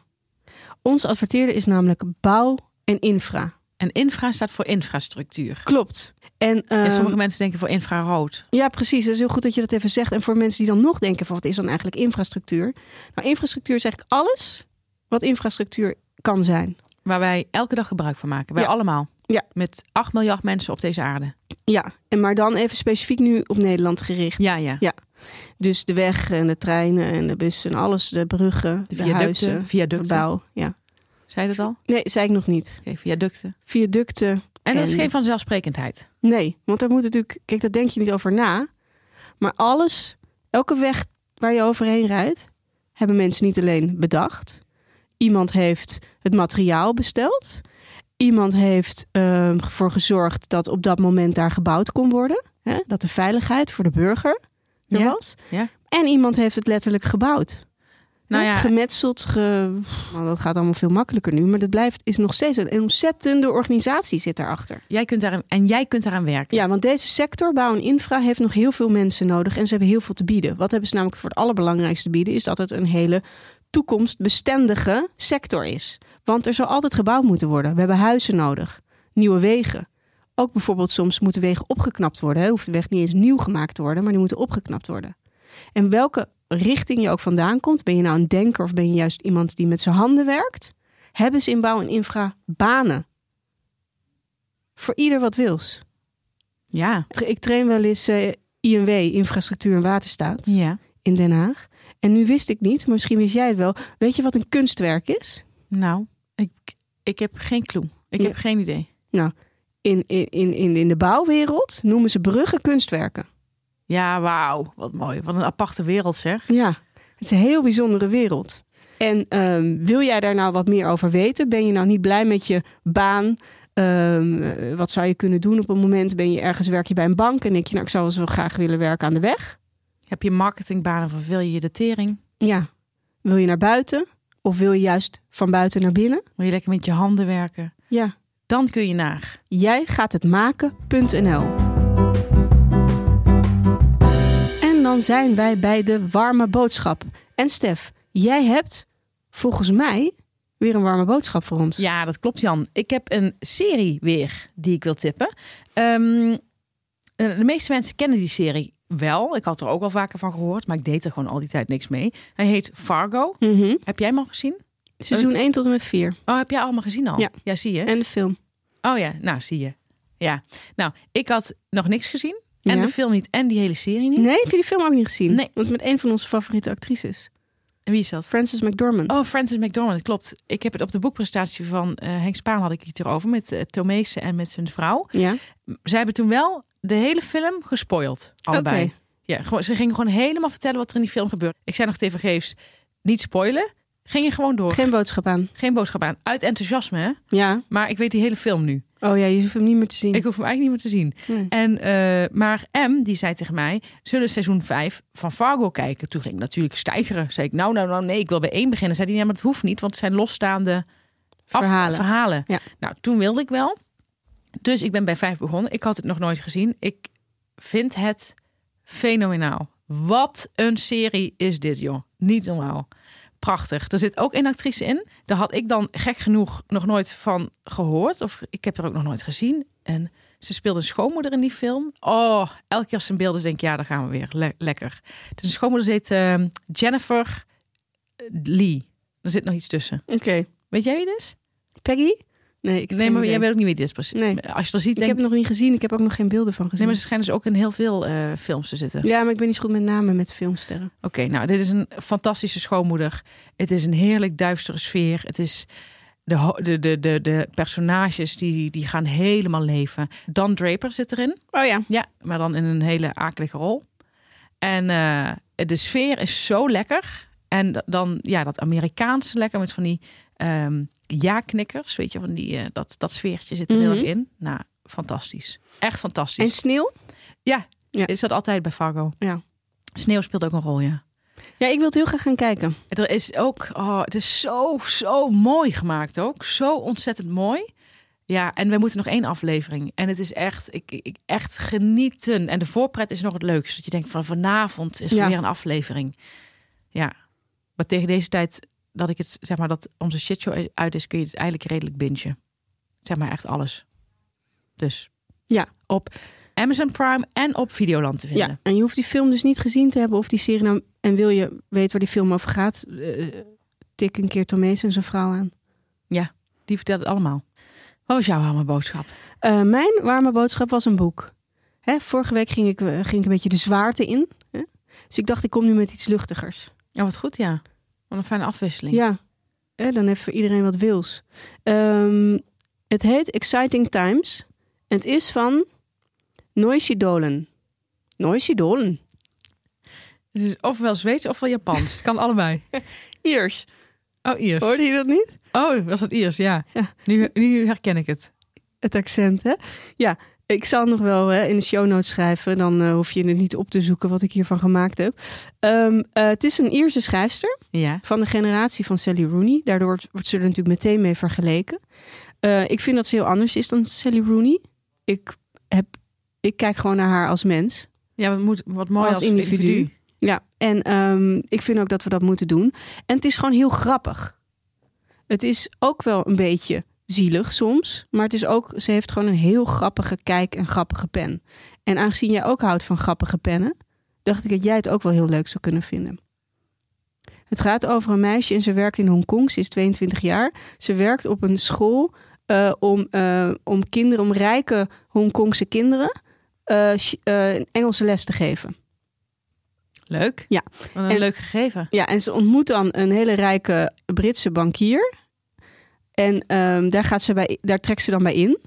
[SPEAKER 2] Onze adverteerder is namelijk bouw en infra.
[SPEAKER 1] En infra staat voor infrastructuur.
[SPEAKER 2] Klopt. En,
[SPEAKER 1] En
[SPEAKER 2] ehm,
[SPEAKER 1] sommige mensen denken voor infrarood.
[SPEAKER 2] Ja, precies. Het is heel goed dat je dat even zegt. En voor mensen die dan nog denken van wat is dan eigenlijk infrastructuur? Nou, infrastructuur is eigenlijk alles wat infrastructuur kan zijn.
[SPEAKER 1] Waar wij elke dag gebruik van maken. Wij
[SPEAKER 2] Ja.
[SPEAKER 1] allemaal.
[SPEAKER 2] Ja.
[SPEAKER 1] Met 8 miljard mensen op deze aarde.
[SPEAKER 2] Ja, en maar dan even specifiek nu op Nederland gericht.
[SPEAKER 1] Ja, ja.
[SPEAKER 2] Dus de weg en de treinen en de bussen en alles, de bruggen,
[SPEAKER 1] De
[SPEAKER 2] de,
[SPEAKER 1] viaducten.
[SPEAKER 2] huizen, de
[SPEAKER 1] viaducten.
[SPEAKER 2] bouw. Ja.
[SPEAKER 1] Zei je dat al?
[SPEAKER 2] Nee, zei ik nog niet.
[SPEAKER 1] Oké, viaducten.
[SPEAKER 2] Viaducten,
[SPEAKER 1] En dat is
[SPEAKER 2] En-
[SPEAKER 1] geen vanzelfsprekendheid.
[SPEAKER 2] nee. Want daar moet natuurlijk, kijk, daar denk je niet over na. Maar alles, elke weg waar je overheen rijdt, hebben mensen niet alleen bedacht. Iemand heeft het materiaal besteld. Iemand heeft ehm, ervoor gezorgd dat op dat moment daar gebouwd kon worden. Hè? Dat de veiligheid voor de burger er
[SPEAKER 1] Ja,
[SPEAKER 2] was.
[SPEAKER 1] ja.
[SPEAKER 2] En iemand heeft het letterlijk gebouwd.
[SPEAKER 1] Nou
[SPEAKER 2] Hè?
[SPEAKER 1] ja.
[SPEAKER 2] Gemetseld, ge... Nou, dat gaat allemaal veel makkelijker nu. Maar dat blijft, is nog steeds een ontzettende organisatie zit daarachter.
[SPEAKER 1] Jij kunt daar, en jij kunt daaraan werken.
[SPEAKER 2] Ja, want deze sector, bouw en infra, heeft nog heel veel mensen nodig. En ze hebben heel veel te bieden. Wat hebben ze namelijk voor het allerbelangrijkste te bieden? Is dat het een hele toekomstbestendige sector is. Want er zal altijd gebouwd moeten worden. We hebben huizen nodig, nieuwe wegen. Ook bijvoorbeeld soms moeten wegen opgeknapt worden. hè. Hoeft de weg niet eens nieuw gemaakt te worden, maar die moeten opgeknapt worden. En welke richting je ook vandaan komt, ben je nou een denker of ben je juist iemand die met zijn handen werkt, hebben ze in bouw en infra banen. Voor ieder wat wils.
[SPEAKER 1] Ja.
[SPEAKER 2] Tra- Ik train wel eens eh, INW, Infrastructuur en Waterstaat,
[SPEAKER 1] Ja.
[SPEAKER 2] in Den Haag. En nu wist ik niet, maar misschien wist jij het wel. Weet je wat een kunstwerk is?
[SPEAKER 1] Nou, ik, ik heb geen clue. Ik
[SPEAKER 2] Ja.
[SPEAKER 1] heb geen idee.
[SPEAKER 2] In, in, in, in in de bouwwereld noemen ze bruggen kunstwerken.
[SPEAKER 1] Ja, wauw. Wat mooi. Wat een aparte wereld zeg.
[SPEAKER 2] Ja, het is een heel bijzondere wereld. En ehm, wil jij daar nou wat meer over weten? Ben je nou niet blij met je baan? Ehm, eh, wat zou je kunnen doen op een moment? Ben je ergens werk je bij een bank en denk je, nou, ik zou wel zo graag willen werken aan de weg?
[SPEAKER 1] Heb je marketingbanen of wil je je de tering?
[SPEAKER 2] Ja. Wil je naar buiten? Of wil je juist van buiten naar binnen?
[SPEAKER 1] Wil je lekker met je handen werken?
[SPEAKER 2] Ja.
[SPEAKER 1] Dan kun je naar.
[SPEAKER 2] Jij gaat het maken.nl. En dan zijn wij bij de warme boodschap. En Stef, jij hebt volgens mij weer een warme boodschap voor ons.
[SPEAKER 1] Ja, dat klopt Jan. Ik heb een serie weer die ik wil tippen. Ehm, eh, de meeste mensen kennen die serie wel. Ik had er ook wel vaker van gehoord, maar ik deed er gewoon al die tijd niks mee. Hij heet Fargo.
[SPEAKER 2] Mhm.
[SPEAKER 1] Heb jij hem al gezien?
[SPEAKER 2] Seizoen 1 tot en met 4.
[SPEAKER 1] Oh, heb jij allemaal gezien al?
[SPEAKER 2] Ja.
[SPEAKER 1] ja zie je.
[SPEAKER 2] En de film.
[SPEAKER 1] Oh ja, nou zie je. Ja, nou, ik had nog niks gezien. En
[SPEAKER 2] Ja.
[SPEAKER 1] de film niet en die hele serie niet.
[SPEAKER 2] Nee, heb je die film ook niet gezien?
[SPEAKER 1] Nee.
[SPEAKER 2] Want het is met een van onze favoriete actrices.
[SPEAKER 1] En wie is dat?
[SPEAKER 2] Frances McDormand.
[SPEAKER 1] Oh, Francis McDormand, klopt. Ik heb het op de boekpresentatie van eh, Henk Spaan had ik het erover. Met eh Tomese en met zijn vrouw.
[SPEAKER 2] Ja.
[SPEAKER 1] Zij hebben toen wel de hele film gespoild. Allebei.
[SPEAKER 2] Oké.
[SPEAKER 1] Ja, gewoon, ze gingen gewoon helemaal vertellen wat er in die film gebeurt. Ik zei nog tevergeefs, niet spoilen. Ging je gewoon door.
[SPEAKER 2] Geen boodschap aan.
[SPEAKER 1] Geen boodschap aan. Uit enthousiasme, hè?
[SPEAKER 2] Ja.
[SPEAKER 1] Maar ik weet die hele film nu.
[SPEAKER 2] Oh ja, je hoeft hem niet meer te zien.
[SPEAKER 1] Ik hoef hem eigenlijk niet meer te zien.
[SPEAKER 2] Nee.
[SPEAKER 1] En, eh, maar M, die zei tegen mij, zullen we seizoen 5 van Fargo kijken? Toen ging ik natuurlijk stijgeren. Zei ik, nou, nou, nou, nee, ik wil bij één beginnen. Zei hij, ja, maar dat hoeft niet, want het zijn losstaande af-
[SPEAKER 2] Verhalen.
[SPEAKER 1] verhalen.
[SPEAKER 2] Ja.
[SPEAKER 1] Nou, toen wilde ik wel. Dus ik ben bij 5 begonnen. Ik had het nog nooit gezien. Ik vind het fenomenaal. Wat een serie is dit, joh. Niet normaal. Prachtig. Er zit ook een actrice in. Daar had ik dan gek genoeg nog nooit van gehoord. Of ik heb er ook nog nooit gezien. En ze speelde een schoonmoeder in die film. Oh, elke keer als ze in beeld is, denk ik, ja, daar gaan we weer. Le- lekker. Dus een schoonmoeder zit ehm, Jennifer eh, Lee. Er zit nog iets tussen.
[SPEAKER 2] Oké.
[SPEAKER 1] Weet jij wie het is?
[SPEAKER 2] Peggy? Nee, ik heb
[SPEAKER 1] Nee,
[SPEAKER 2] geen
[SPEAKER 1] maar
[SPEAKER 2] idee.
[SPEAKER 1] jij weet ook niet wie het is precies.
[SPEAKER 2] Nee.
[SPEAKER 1] Als je dat ziet,
[SPEAKER 2] Ik
[SPEAKER 1] denk
[SPEAKER 2] heb
[SPEAKER 1] ik...
[SPEAKER 2] hem nog niet gezien. Ik heb ook nog geen beelden van
[SPEAKER 1] Nee,
[SPEAKER 2] gezien.
[SPEAKER 1] maar ze schijnen dus ook in heel veel eh, films te zitten.
[SPEAKER 2] Ja, maar ik ben niet zo goed met namen met filmsterren.
[SPEAKER 1] Oké, nou, dit is een fantastische schoonmoeder. Het is een heerlijk duistere sfeer. Het is de, ho- de, de, de, de personages die, die gaan helemaal leven. Dan Draper zit erin.
[SPEAKER 2] Oh ja.
[SPEAKER 1] Ja, maar dan in een hele akelige rol. En eh, de sfeer is zo lekker. En da- dan, ja, dat Amerikaanse lekker met van die ehm ja-knikkers. Weet je, van die, eh, dat, dat sfeertje zit er heel erg
[SPEAKER 2] Mhm.
[SPEAKER 1] in. Nou, fantastisch. Echt fantastisch.
[SPEAKER 2] En sneeuw? ja.
[SPEAKER 1] Is dat altijd bij Fargo?
[SPEAKER 2] Ja.
[SPEAKER 1] Sneeuw speelt ook een rol, ja.
[SPEAKER 2] Ja, ik wil het heel graag gaan kijken.
[SPEAKER 1] Er is ook, oh, het is zo, zo mooi gemaakt ook. Zo ontzettend mooi. Ja, en we moeten nog één aflevering. En het is echt, ik, ik, echt genieten. En de voorpret is nog het leukste. Dat je denkt van vanavond is er
[SPEAKER 2] Ja.
[SPEAKER 1] weer een aflevering. Ja. Maar tegen deze tijd dat ik het, zeg maar, dat onze shitshow uit is, kun je het eigenlijk redelijk bingen. Zeg maar echt alles. Dus.
[SPEAKER 2] Ja.
[SPEAKER 1] Op Amazon Prime en op Videoland te vinden.
[SPEAKER 2] Ja, en je hoeft die film dus niet gezien te hebben of die serie. nou- en wil je weten waar die film over gaat, eh, tik een keer Tomees en zijn vrouw aan.
[SPEAKER 1] Die vertelt het allemaal. Wat was jouw warme boodschap?
[SPEAKER 2] Eh, mijn warme boodschap was een boek. Hè, vorige week ging ik, eh, ging ik een beetje de zwaarte in. Hè? Dus ik dacht, ik kom nu met iets luchtigers.
[SPEAKER 1] Ja, Oh, wat goed, ja. Wat een fijne afwisseling.
[SPEAKER 2] Ja, Hè, dan heeft voor iedereen wat wils. Ehm, het heet Exciting Times. En het is van Noisy Dolan. Noisy Dolan.
[SPEAKER 1] Het is ofwel Zweeds ofwel Japans. Het kan allebei.
[SPEAKER 2] Iers.
[SPEAKER 1] Oh, Iers.
[SPEAKER 2] Hoorde je dat niet?
[SPEAKER 1] Oh, was dat Iers, ja.
[SPEAKER 2] Ja.
[SPEAKER 1] Nu, nu herken ik het.
[SPEAKER 2] Het accent, hè? Ja, ik zal nog wel hè, in de show notes schrijven. Dan eh, hoef je het niet op te zoeken wat ik hiervan gemaakt heb. Ehm, eh, het is een Ierse schrijfster.
[SPEAKER 1] Ja.
[SPEAKER 2] van de generatie van Sally Rooney. Daardoor wordt, wordt ze er natuurlijk meteen mee vergeleken. Eh, ik vind dat ze heel anders is dan Sally Rooney. Ik, heb, ik kijk gewoon naar haar als mens.
[SPEAKER 1] Ja, wat, moet, wat mooi als,
[SPEAKER 2] Als
[SPEAKER 1] individu.
[SPEAKER 2] individu. Ja, en ehm, ik vind ook dat we dat moeten doen. En het is gewoon heel grappig. Het is ook wel een beetje zielig soms, maar het is ook, ze heeft gewoon een heel grappige kijk en grappige pen. En aangezien jij ook houdt van grappige pennen, dacht ik dat jij het ook wel heel leuk zou kunnen vinden. Het gaat over een meisje en ze werkt in Hongkong. Ze is 22 jaar. Ze werkt op een school eh, om, eh, om kinderen, om rijke Hongkongse kinderen, eh, Chi- eh, Engelse les te geven.
[SPEAKER 1] Leuk.
[SPEAKER 2] Ja.
[SPEAKER 1] Wat een
[SPEAKER 2] En-
[SPEAKER 1] leuk gegeven.
[SPEAKER 2] Ja, en ze ontmoet dan een hele rijke Britse bankier. En ehm, daar, gaat ze bij, daar trekt ze dan bij in.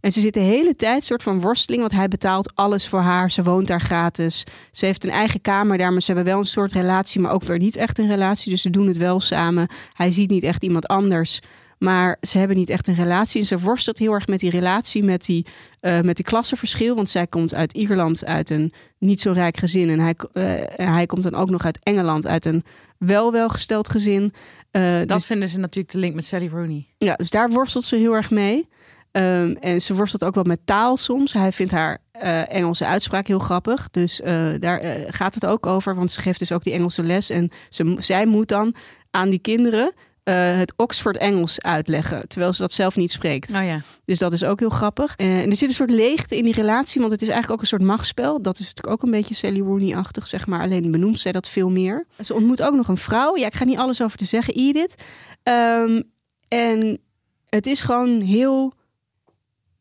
[SPEAKER 2] En ze zit de hele tijd soort van worsteling, want hij betaalt alles voor haar. Ze woont daar gratis. Ze heeft een eigen kamer daar, maar ze hebben wel een soort relatie, maar ook weer niet echt een relatie. Dus ze doen het wel samen. Hij ziet niet echt iemand anders, maar ze hebben niet echt een relatie. En ze worstelt heel erg met die relatie, met die, eh met die klassenverschil. Want zij komt uit Ierland, uit een niet zo rijk gezin. En hij, eh, en hij komt dan ook nog uit Engeland, uit een wel welgesteld gezin. Eh,
[SPEAKER 1] Dat vinden ze natuurlijk de link met Sally Rooney.
[SPEAKER 2] ja, dus daar worstelt ze heel erg mee. Ehm, en ze worstelt ook wel met taal soms. Hij vindt haar eh, Engelse uitspraak heel grappig. Dus eh, daar eh, gaat het ook over. Want ze geeft dus ook die Engelse les. En ze, zij moet dan aan die kinderen eh, het Oxford Engels uitleggen. Terwijl ze dat zelf niet spreekt.
[SPEAKER 1] Oh ja.
[SPEAKER 2] Dus dat is ook heel grappig. Eh, en er zit een soort leegte in die relatie, want het is eigenlijk ook een soort machtsspel. Dat is natuurlijk ook een beetje Sally Rooney-achtig, zeg maar. Alleen benoemt zij dat veel meer. Ze ontmoet ook nog een vrouw. Ja, ik ga niet alles over te zeggen, Edith. Ehm, en het is gewoon heel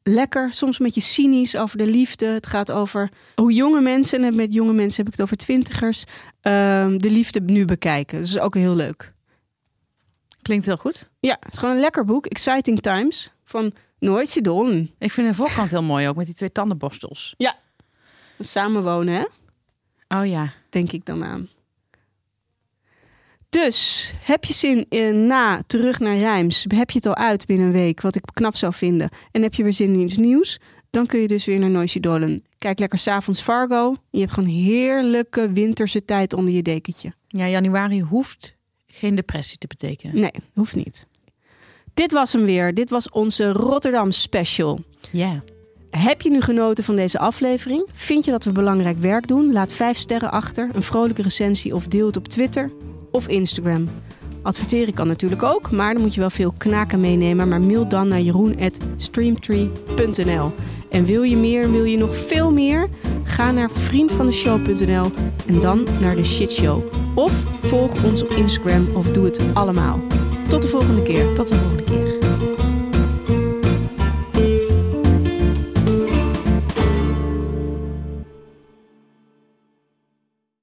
[SPEAKER 2] lekker, soms een beetje cynisch over de liefde. Het gaat over hoe jonge mensen, en met jonge mensen heb ik het over twintigers, ehm, de liefde nu bekijken. Dat is ook heel leuk.
[SPEAKER 1] Klinkt heel goed.
[SPEAKER 2] Ja, het is gewoon een lekker boek. Exciting Times van Nooit Sidon.
[SPEAKER 1] Ik vind de voorkant heel mooi ook, met die twee tandenborstels.
[SPEAKER 2] Samenwonen, hè?
[SPEAKER 1] Oh ja.
[SPEAKER 2] denk ik dan aan. Dus, heb je zin in na terug naar Rijms? Heb je het al uit binnen een week, wat ik knap zou vinden? En heb je weer zin in iets nieuws? Dan kun je dus weer naar Noisy Dolan. Kijk lekker s'avonds Fargo. Je hebt gewoon heerlijke winterse tijd onder je dekentje.
[SPEAKER 1] Ja, januari hoeft geen depressie te betekenen.
[SPEAKER 2] Nee, hoeft niet. Dit was hem weer. Dit was onze Rotterdam special.
[SPEAKER 1] Ja.
[SPEAKER 2] Heb je nu genoten van deze aflevering? Vind je dat we belangrijk werk doen? Laat 5 sterren achter, een vrolijke recensie of deel het op Twitter of Instagram. Adverteren kan natuurlijk ook, maar dan moet je wel veel knaken meenemen. Maar mail dan naar jeroen.streamtree.nl. En wil je meer, en wil je nog veel meer? Ga naar vriendvandeshow.nl en dan naar de shitshow. Of volg ons op Instagram of doe het allemaal. Tot de volgende keer.
[SPEAKER 1] Tot de volgende keer.